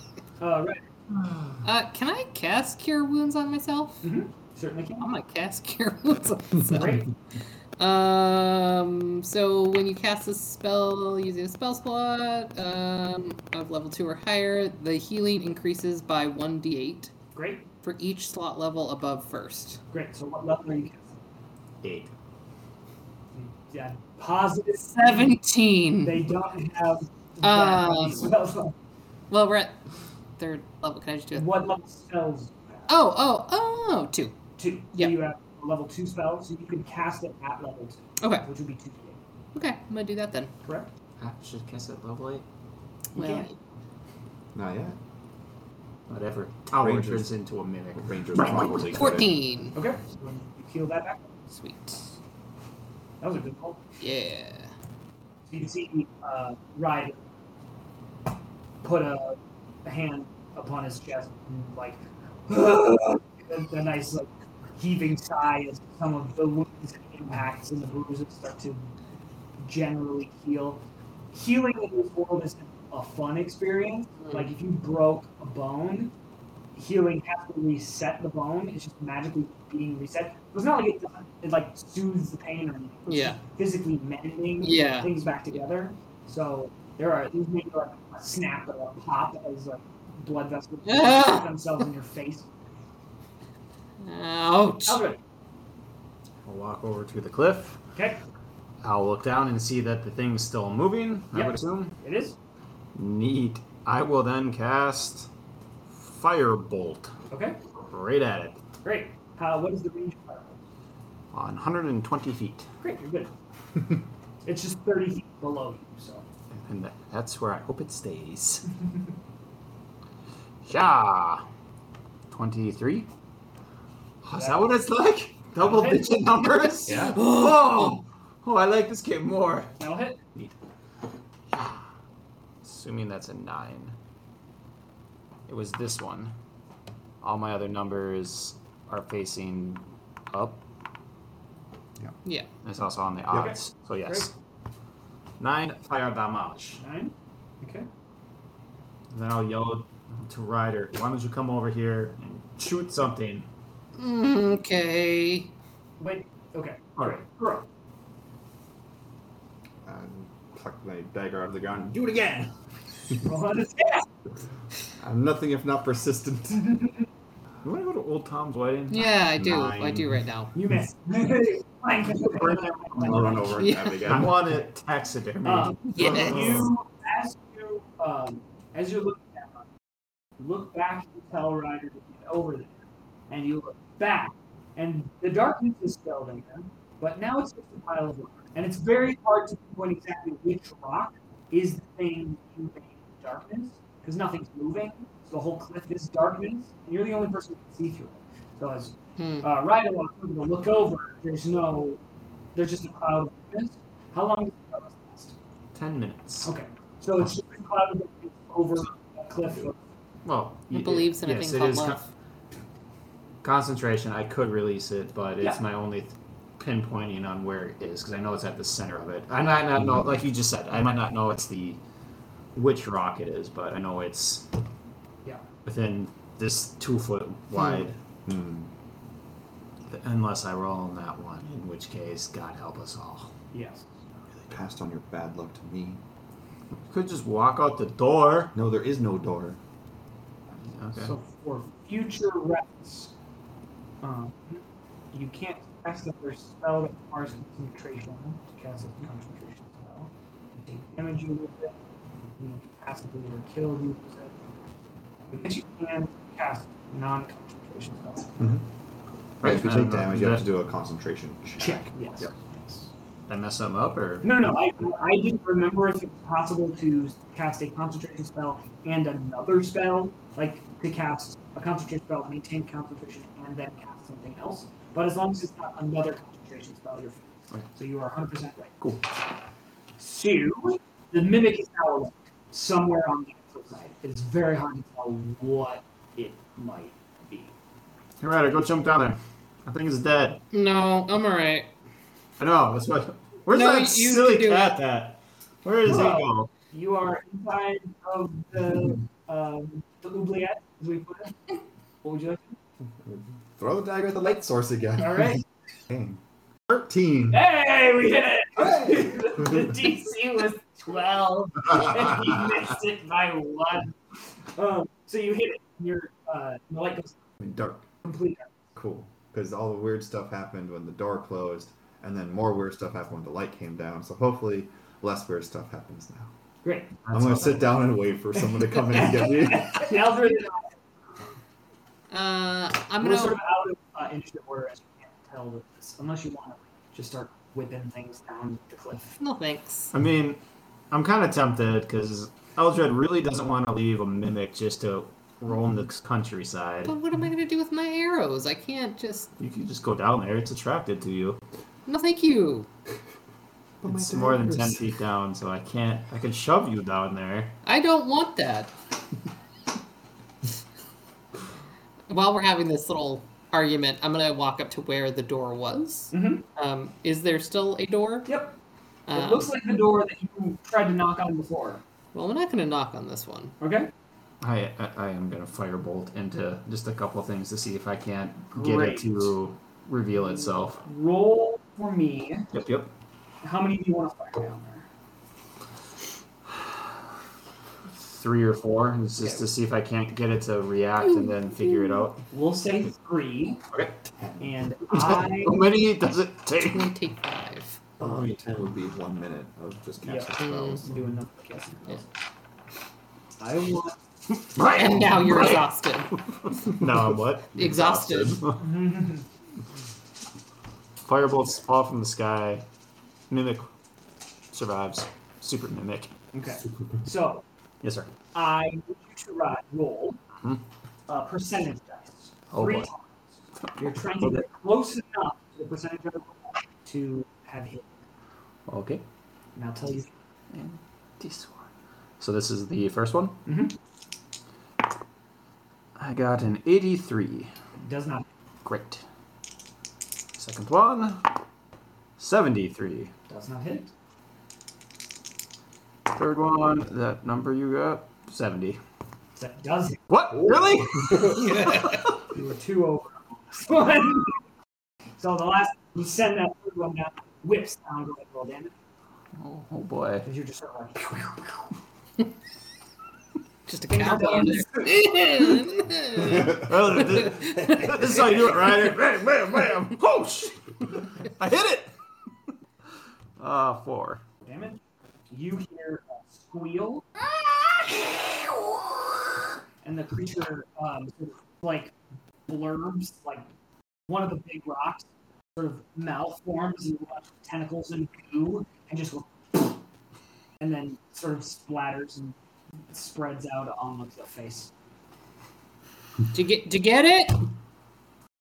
Uh, Ryder, Uh, can I cast cure wounds on myself? Mm-hmm. certainly can. I'm gonna cast cure wounds on myself. Great. Um, so when you cast a spell using a spell slot um, of level 2 or higher, the healing increases by 1d8 Great. for each slot level above first. Great. So what level are you casting? Eight. Yeah, positive Seventeen. They don't have. that Um, many spells. Well, we're at third level. Can I just do it? what level spells? do you have? Oh, oh, oh, two. Two. So Yeah. You have level two spells. So you can cast it at level two, Okay, which would be two d8. okay, I'm gonna do that then. Correct. I should cast at level 8. Well, Not yet. Whatever. Tower Rangers. turns into a mimic. Rangers probably. fourteen. Okay. So you heal that back. Sweet. That was a good roll. Yeah. So you can see uh, Ryder put a, a hand upon his chest and like a, a nice like heaving sigh as some of the wounds and impacts and the bruises start to generally heal. Healing in this world is a fun experience. Hmm. Like if you broke a bone, healing has to reset the bone. It's just magically being reset. It's not like it doesn't, it like soothes the pain or anything. It's Yeah. just physically mending Yeah. things back together. So there are these maybe like a snap or a pop as like blood vessels Ah! themselves in your face. Oh, Ouch. Alright. I'll walk over to the cliff. Okay, I'll look down and see that the thing's still moving, I Yeah. would assume. it is. Neat. I will then cast Firebolt Okay, right at it great. Uh, what is the range? of fire? on 120 feet. Great, you're good. it's just 30 feet below you, so. And tha- that's where I hope it stays. yeah. 23? Oh, is that what it's like? Double Okay. digit numbers? Yeah. Oh, oh, I like this game more. That'll hit. Assuming that's a 9. It was this one. All my other numbers are facing up. Yeah. It's also on the odds. So, yes. 9 fire damage. Nine. Okay. And then I'll yell to Ryder, why don't you come over here and shoot something? Okay. Wait, okay. Alright. Girl. And pluck my dagger out of the ground. Do it again! Roll on his ass. I'm nothing if not persistent. You want to go to Old Tom's wedding? Yeah, I do. I Nine. do right now. You miss. Over and over and Yeah. have again. I want it taxidermy. Um, Yes. You, as you, um, as you're looking at her, look back to tell Ryder to get over there, and you look back, and the darkness is still there, but now it's just a pile of rock, and it's very hard to pinpoint exactly which rock is the thing you made in darkness, because nothing's moving, so the whole cliff is darkness, and you're the only person who can see through it. So as Hmm. uh, Ryder walks over to look over, there's no, there's just a cloud of darkness. How long does the darkness last? Ten minutes. Okay. So it's just clouded over a cliff. Well, It y- believes in a yes, thing it called is love. con- concentration. I could release it, but it's Yeah. my only th- pinpointing on where it is because I know it's at the center of it. I might not know, like you just said, I might not know it's the which rock it is, but I know it's Yeah. within this two foot wide. Hmm. Unless I roll on that one, in which case, God help us all. Yes. Really passed on your bad luck to me. You could just walk out the door. No, there is no door. Okay. So for future reps, um, you can't cast that there's spell that requires concentration to cast a concentration spell. You take damage you with it. You can cast it or kill you with it. But then you can cast non-concentration spells. Right, if you then- take damage, you have to then- do a concentration check. Yes. Yep. yes. I mess them up, or No, no, I, I didn't remember if it was possible to cast a concentration spell and another spell, like to cast a concentration spell, maintain concentration, and then cast something else. But as long as it's not another concentration spell, you're fine. Okay. So you are 100% right. Cool. So, the mimic is now like somewhere on the other side. It's very hard to tell what it might be. Hey, Ryder, go jump down there. I think it's dead. No, I'm alright. I know. That's what. Where's No, that you silly can do cat? That. Where does he Whoa. go? You are inside of the um, the oubliette, as we put it. What would you like? Throw the dagger at the light source again. All right. Dang. 13. Hey, we hit it! Hey! the DC was 12, and he missed it by one. Um, so you hit it, and your, uh, the light goes mean, dark. Complete. Cool. Because all the weird stuff happened when the door closed, and then more weird stuff happened when the light came down. So hopefully, less weird stuff happens now. Great. I'm gonna sit down and wait for someone to come in and get me. The Eldred and Uh, I'm We're sort gonna. of out of uh, initiative order, as you can't tell with this, unless you want to just start whipping things down the cliff. No thanks. I mean, I'm kind of tempted because Eldred really doesn't want to leave a mimic just to roam the countryside. But what am I gonna do with my arrows? I can't just. You can just go down there; it's attracted to you. No, thank you. It's more than ten feet down, so I can't. I can shove you down there. I don't want that. While we're having this little argument, I'm gonna walk up to where the door was. Mhm. Um, is there still a door? Yep. Um, it looks like the door that you tried to knock on before. Well, we're not gonna knock on this one. Okay. I I, I am gonna firebolt into just a couple things to see if I can't get Great. it to reveal itself. Roll for me. Yep, yep. How many do you want to fire down there? Three or four, and it's just to see if I can't get it to react and then figure it out. We'll say three, Okay. and I. How many does it take? Twenty-five. Probably ten would be one minute of just casting Hmm. Yeah. spells. do another guess. I want. And now you're exhausted. No, I'm what? Exhausted. Firebolts fall from the sky. Mimic survives. Super mimic. okay. So Yes, sir. I need you to ro- roll Mhm. uh, percentage dice. Oh, Three boy. times. You're trying to get close enough to the percentage I roll to have hit. Okay. And I'll tell you. And this one. So this is the first one. I got an 83. It does not. Great. Second one. 73. Does not hit. Third one, that number you got. 70. That does hit. What? Really? You were two over on this one. so the last you send that third one down, whips down, go ahead and roll damage. Oh, oh boy. Because you're just sort of like Just a Finger cowboy. guns. there. Oh, th- th- this is how you do it, right? Bam, bam, bam. Oh, Whoosh! I hit it! Uh, four. damage. You hear a squeal. And the creature um, sort of, like blurbs, like one of the big rocks sort of malforms and left tentacles and goo and just goes and then sort of splatters and spreads out on the cliff face. Did you get? Did you get it?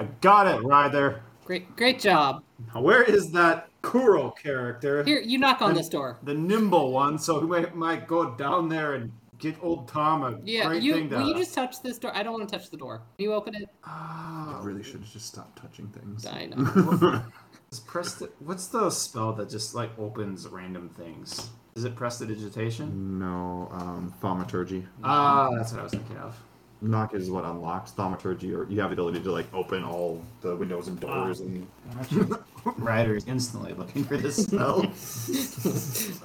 I got it, Ryder. Great, great job. Now, where is that Kuro character? Here, you knock on this door. The nimble one, so we might, might go down there and get old Tom a Yeah, great you. thing to. Will you just touch this door? I don't want to touch the door. Can you open it? I Ah, really should have just stopped touching things. I know. Just press the, what's the spell that just like opens random things? Is it Mm. prestidigitation? No, um, thaumaturgy. Ah, that's what I was thinking of. Knock is what unlocks thaumaturgy, or you have the ability to like open all the windows and doors and Ryder is instantly looking for this spell.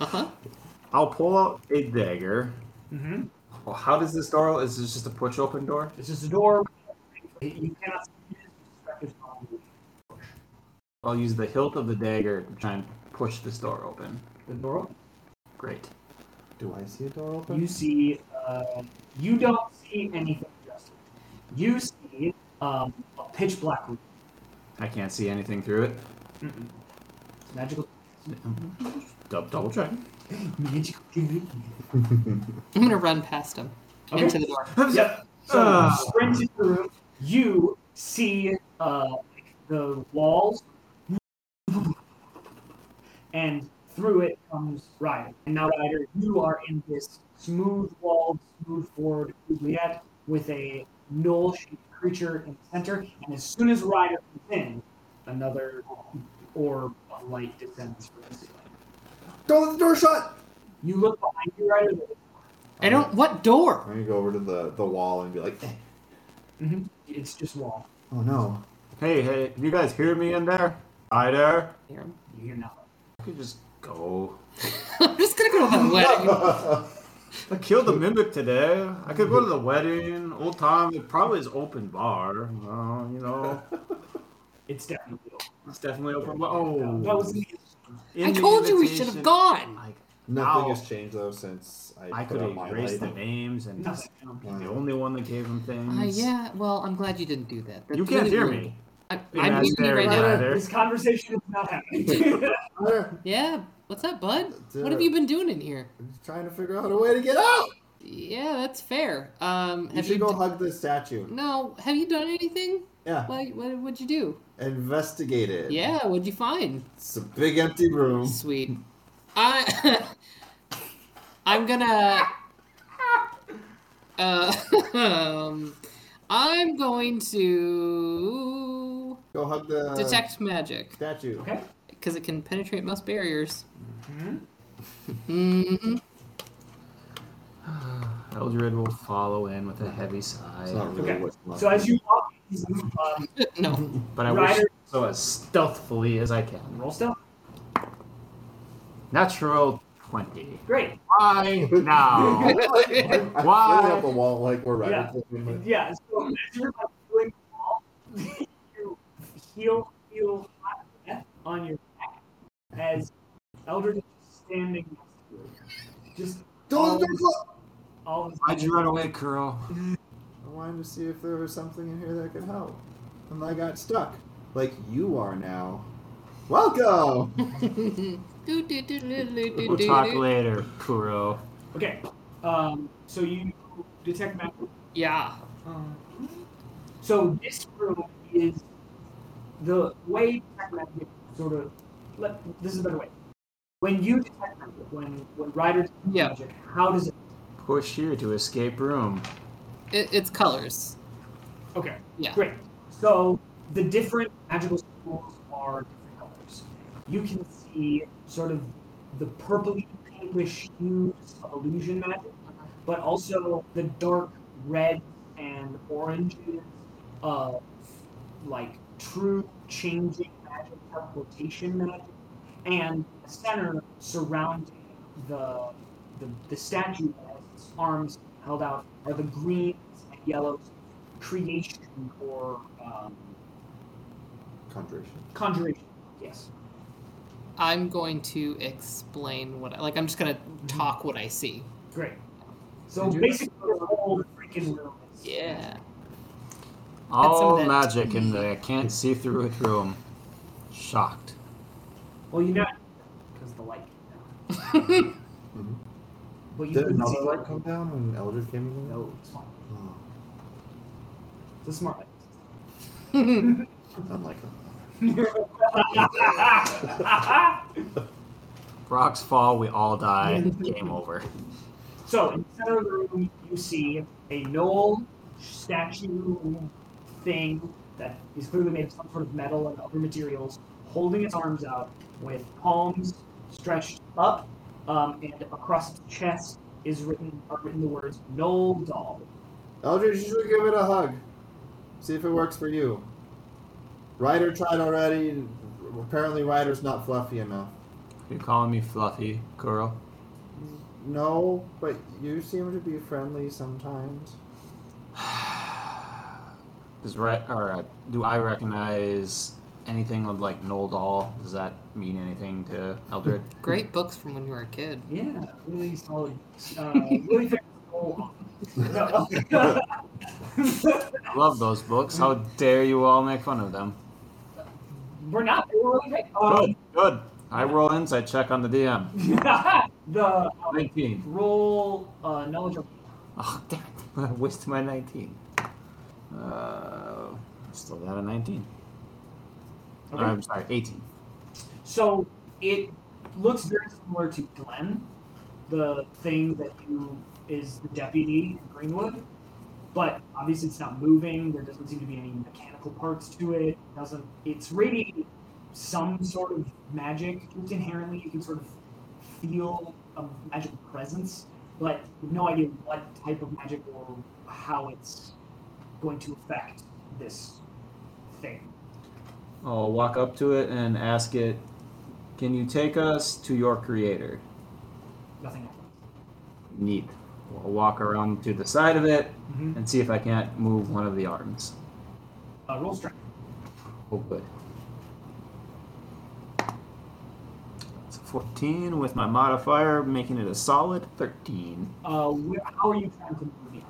Uh huh. I'll pull out a dagger. Mm-hmm. Well, how does this door? Is this just a push open door? This is a door. You cannot see it. It's on you. I'll use the hilt of the dagger to try and push this door open. The door opens. Great. Do I see a door open? You see, uh, you don't see anything, Justin. You see um, a pitch black room. I can't see anything through it. It's magical. Dou- Double check. Magical. I'm gonna run past him Okay. into the door. yep. So you sprint into the room. You see uh, like the walls, and through it comes Ryder. And now, Ryder, you are in this smooth walled, smooth forward oubliette with a knoll shaped creature in the center. And as soon as Ryder comes in, another orb of light descends from the ceiling. Don't let the door shut! You look behind you, Ryder. I don't. What door? I'm gonna go over to the, the wall and be like, "Eh, Mhm. It's just wall. oh no. Hey, hey, you guys hear me in there? Ryder? Hear him. You hear nothing. You can just go. I'm just gonna go that way. I killed the mimic today. I could go to the wedding. Old time. It probably is open bar. Uh, you know, It's definitely. it's definitely open bar. Oh, That was me. in I the told you we should have invitation- gone. I, Nothing Ow. has changed though since I, I put could up my erase the lighting. names, and Nothing. I'm the only one that gave him things. Uh, yeah, well, I'm glad you didn't do that. That's You can't really hear rude. me. I, Yeah, I'm that's hearing you very right now. loud. This conversation is not happening. I'm Yeah. What's up, bud? Dude. What have you been doing in here? trying to figure out a way to get out. Yeah, that's fair. Um, You have you, should go d- hug the statue. no? Have you done anything? Yeah. What? What? What'd you do? Investigate it. Yeah. What'd you find? It's a big empty room. Sweet. I. I'm gonna. Uh, um, I'm going to Go hug the detect magic statue. okay. because it can penetrate most barriers. Mhm. Eldred will follow in with a heavy sigh. It's not really Okay. what's left. So as you walk, these move, um, No. But I wish Ryder- so as stealthfully as I can. roll stealth. Natural 20. Great. Why now? I'm I'm Why? filling up the wall like we're right. Yeah. Yeah. So as you're like, doing the wall, you heel heel hot death on your back as Eldred is standing next to you. Just Don't do all of Why'd you run away, Curl? I wanted to see if there was something in here that could help. And I got stuck. Like you are now. Welcome! Do, do, do, do, do, do, We'll do, talk do. later, Kuro. Okay. Um, so you detect magic. Yeah. Um, so this room is the way detect magic sort of. Let, this is a better way. When you detect magic, when when Ryder detects Yeah. magic, how does it? Push here to escape room. It, it's colors. Okay. Yeah. Great. So the different magical schools are different colors. You can see sort of the purpley pinkish hues of illusion magic, but also the dark red and oranges of like true changing magic, teleportation magic, and the center surrounding the the, the statue that has its arms held out are the greens and yellows creation or um, Conjuration. conjuration. Yes. I'm going to explain what I like. I'm just gonna talk what I see. Great. So basically, the whole freaking room. Is, Yeah. All that magic in tea. the can't see through it room. Shocked. Well, you know, because the light. Came down. But you Did couldn't another see the light light. come down when Eldred came in? No, it's smart. Oh, It's a smart light. unlike him. Rocks fall, we all die. Game over. So in the center of the room, you see a knoll statue thing that is clearly made of some sort of metal and other materials, holding its arms out with palms stretched up, um, and across its chest is written are written the words "Knoll Doll." Eldridge, you should give it a hug. See if it works for you. Ryder tried already. Apparently, Ryder's not fluffy enough. You're calling me fluffy, Kuro? No, but you seem to be friendly sometimes. Does re- or uh, do I recognize anything of like Noldal? Does that mean anything to Eldred? Great books from when you were a kid. Yeah, really solid, uh, really famous knoll. Love those books. How dare you all make fun of them? We're not. We're really great. Good, Um, good. I roll insight check on the DM. the um, 19. roll uh, knowledge of Oh, damn it. I wasted my 19. Uh, still got a 19. Okay. I'm sorry, 18. So it looks very similar to Glenn, the thing that you is the deputy in Greenwood, but obviously it's not moving. There doesn't seem to be any mechanical parts to it. it doesn't it's radiating some sort of magic. Just inherently, you can sort of feel a magical presence, but you've no idea what type of magic or how it's going to affect this thing. I'll walk up to it and ask it, Can you take us to your creator? Nothing. Neat. I'll walk around to the side of it Mhm. and see if I can't move one of the arms. Uh, roll strength. Oh, good. It's a 14 with my modifier, making it a solid 13. Uh, wh- how are you trying to move the arm?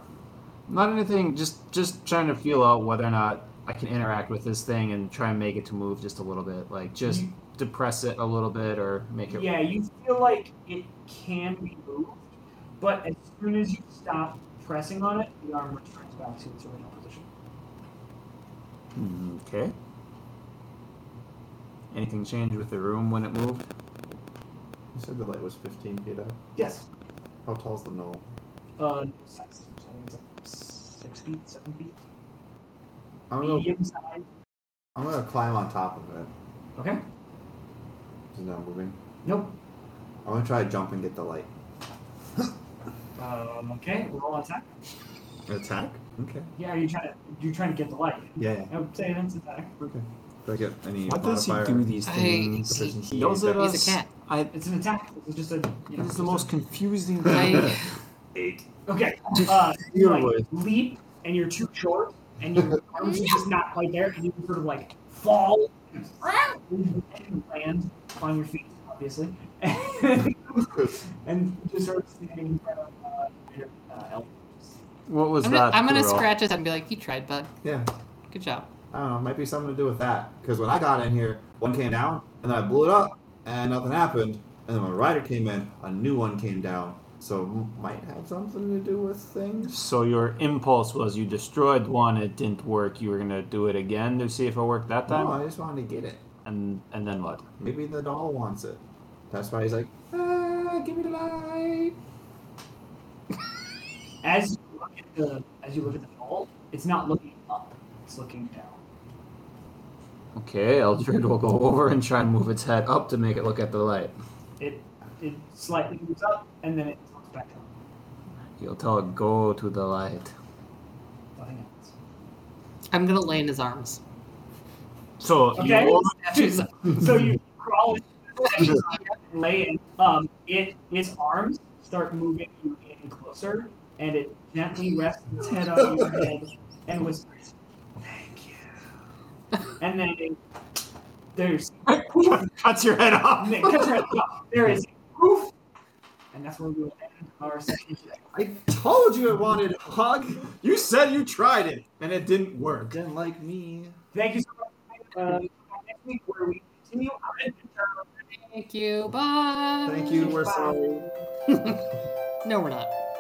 Not anything, just just trying to feel out whether or not I can interact with this thing and try and make it to move just a little bit. Like, just You- Mm-hmm. depress it a little bit or make it. Yeah, you feel like it can be moved, but as soon as you stop pressing on it, the arm returns back to its original position. Okay. Anything change with the room when it moved? You said the light was 15 feet up. Yes. How tall's the knoll? Uh, size. So I think it's like six feet, seven feet. I'm gonna, Medium size. I'm gonna climb on top of it. Okay. It's not moving. Nope. I'm gonna try to jump and get the light. Um, okay. Roll attack. Attack? Okay. Yeah, are you trying to? You're trying to get the light. Yeah. yeah. I would say that's attack. Okay. Do I get any Why does he modifier? do these I- things? he- He yells at He's a us. cat. I, It's an attack. It's just a. You know, it's just the a- most confusing thing. I, Okay. Uh, you Deal like with. leap and you're too short and your arms are just not quite there and you sort of like fall and land on your feet, obviously. and just sort of standing in front of uh, your uh, elf. What was I'm gonna, that? I'm gonna Kuro? scratch his head and be like, "You tried, bud. Yeah. Good job." I don't know. It Um, might be something to do with that. Because when I got in here, one came down, and then I blew it up, and nothing happened. And then when Ryder came in, a new one came down. So it might have something to do with things. So your impulse was you destroyed one, it didn't work. You were gonna do it again to see if it worked that time, No, I just wanted to get it. and and then what? Maybe the doll wants it. That's why he's like, ah, give me the light. As you look at the as you look at the ball, it's not looking up; it's looking down. Okay, Eldred will go over and try and move its head up to make it look at the light. It it slightly moves up and then it looks back down. You'll tell it go to the light. Nothing happens. I'm gonna lay in his arms. So Okay. you Statue's up. so you crawl into the statue and lay in. Um, it its arms start moving you in closer, and it gently rests its head on your head and whispers, "Thank you." And then it, there's cuts your head off. Nick, that's right. there is poof, and that's where we will end our session today. I told you I wanted hug. You said you tried it and it didn't work. Didn't like me. Thank you so much. Uh, next week where we continue our adventure. Thank you. Bye. Thank you. We're Bye. sorry. No, we're not.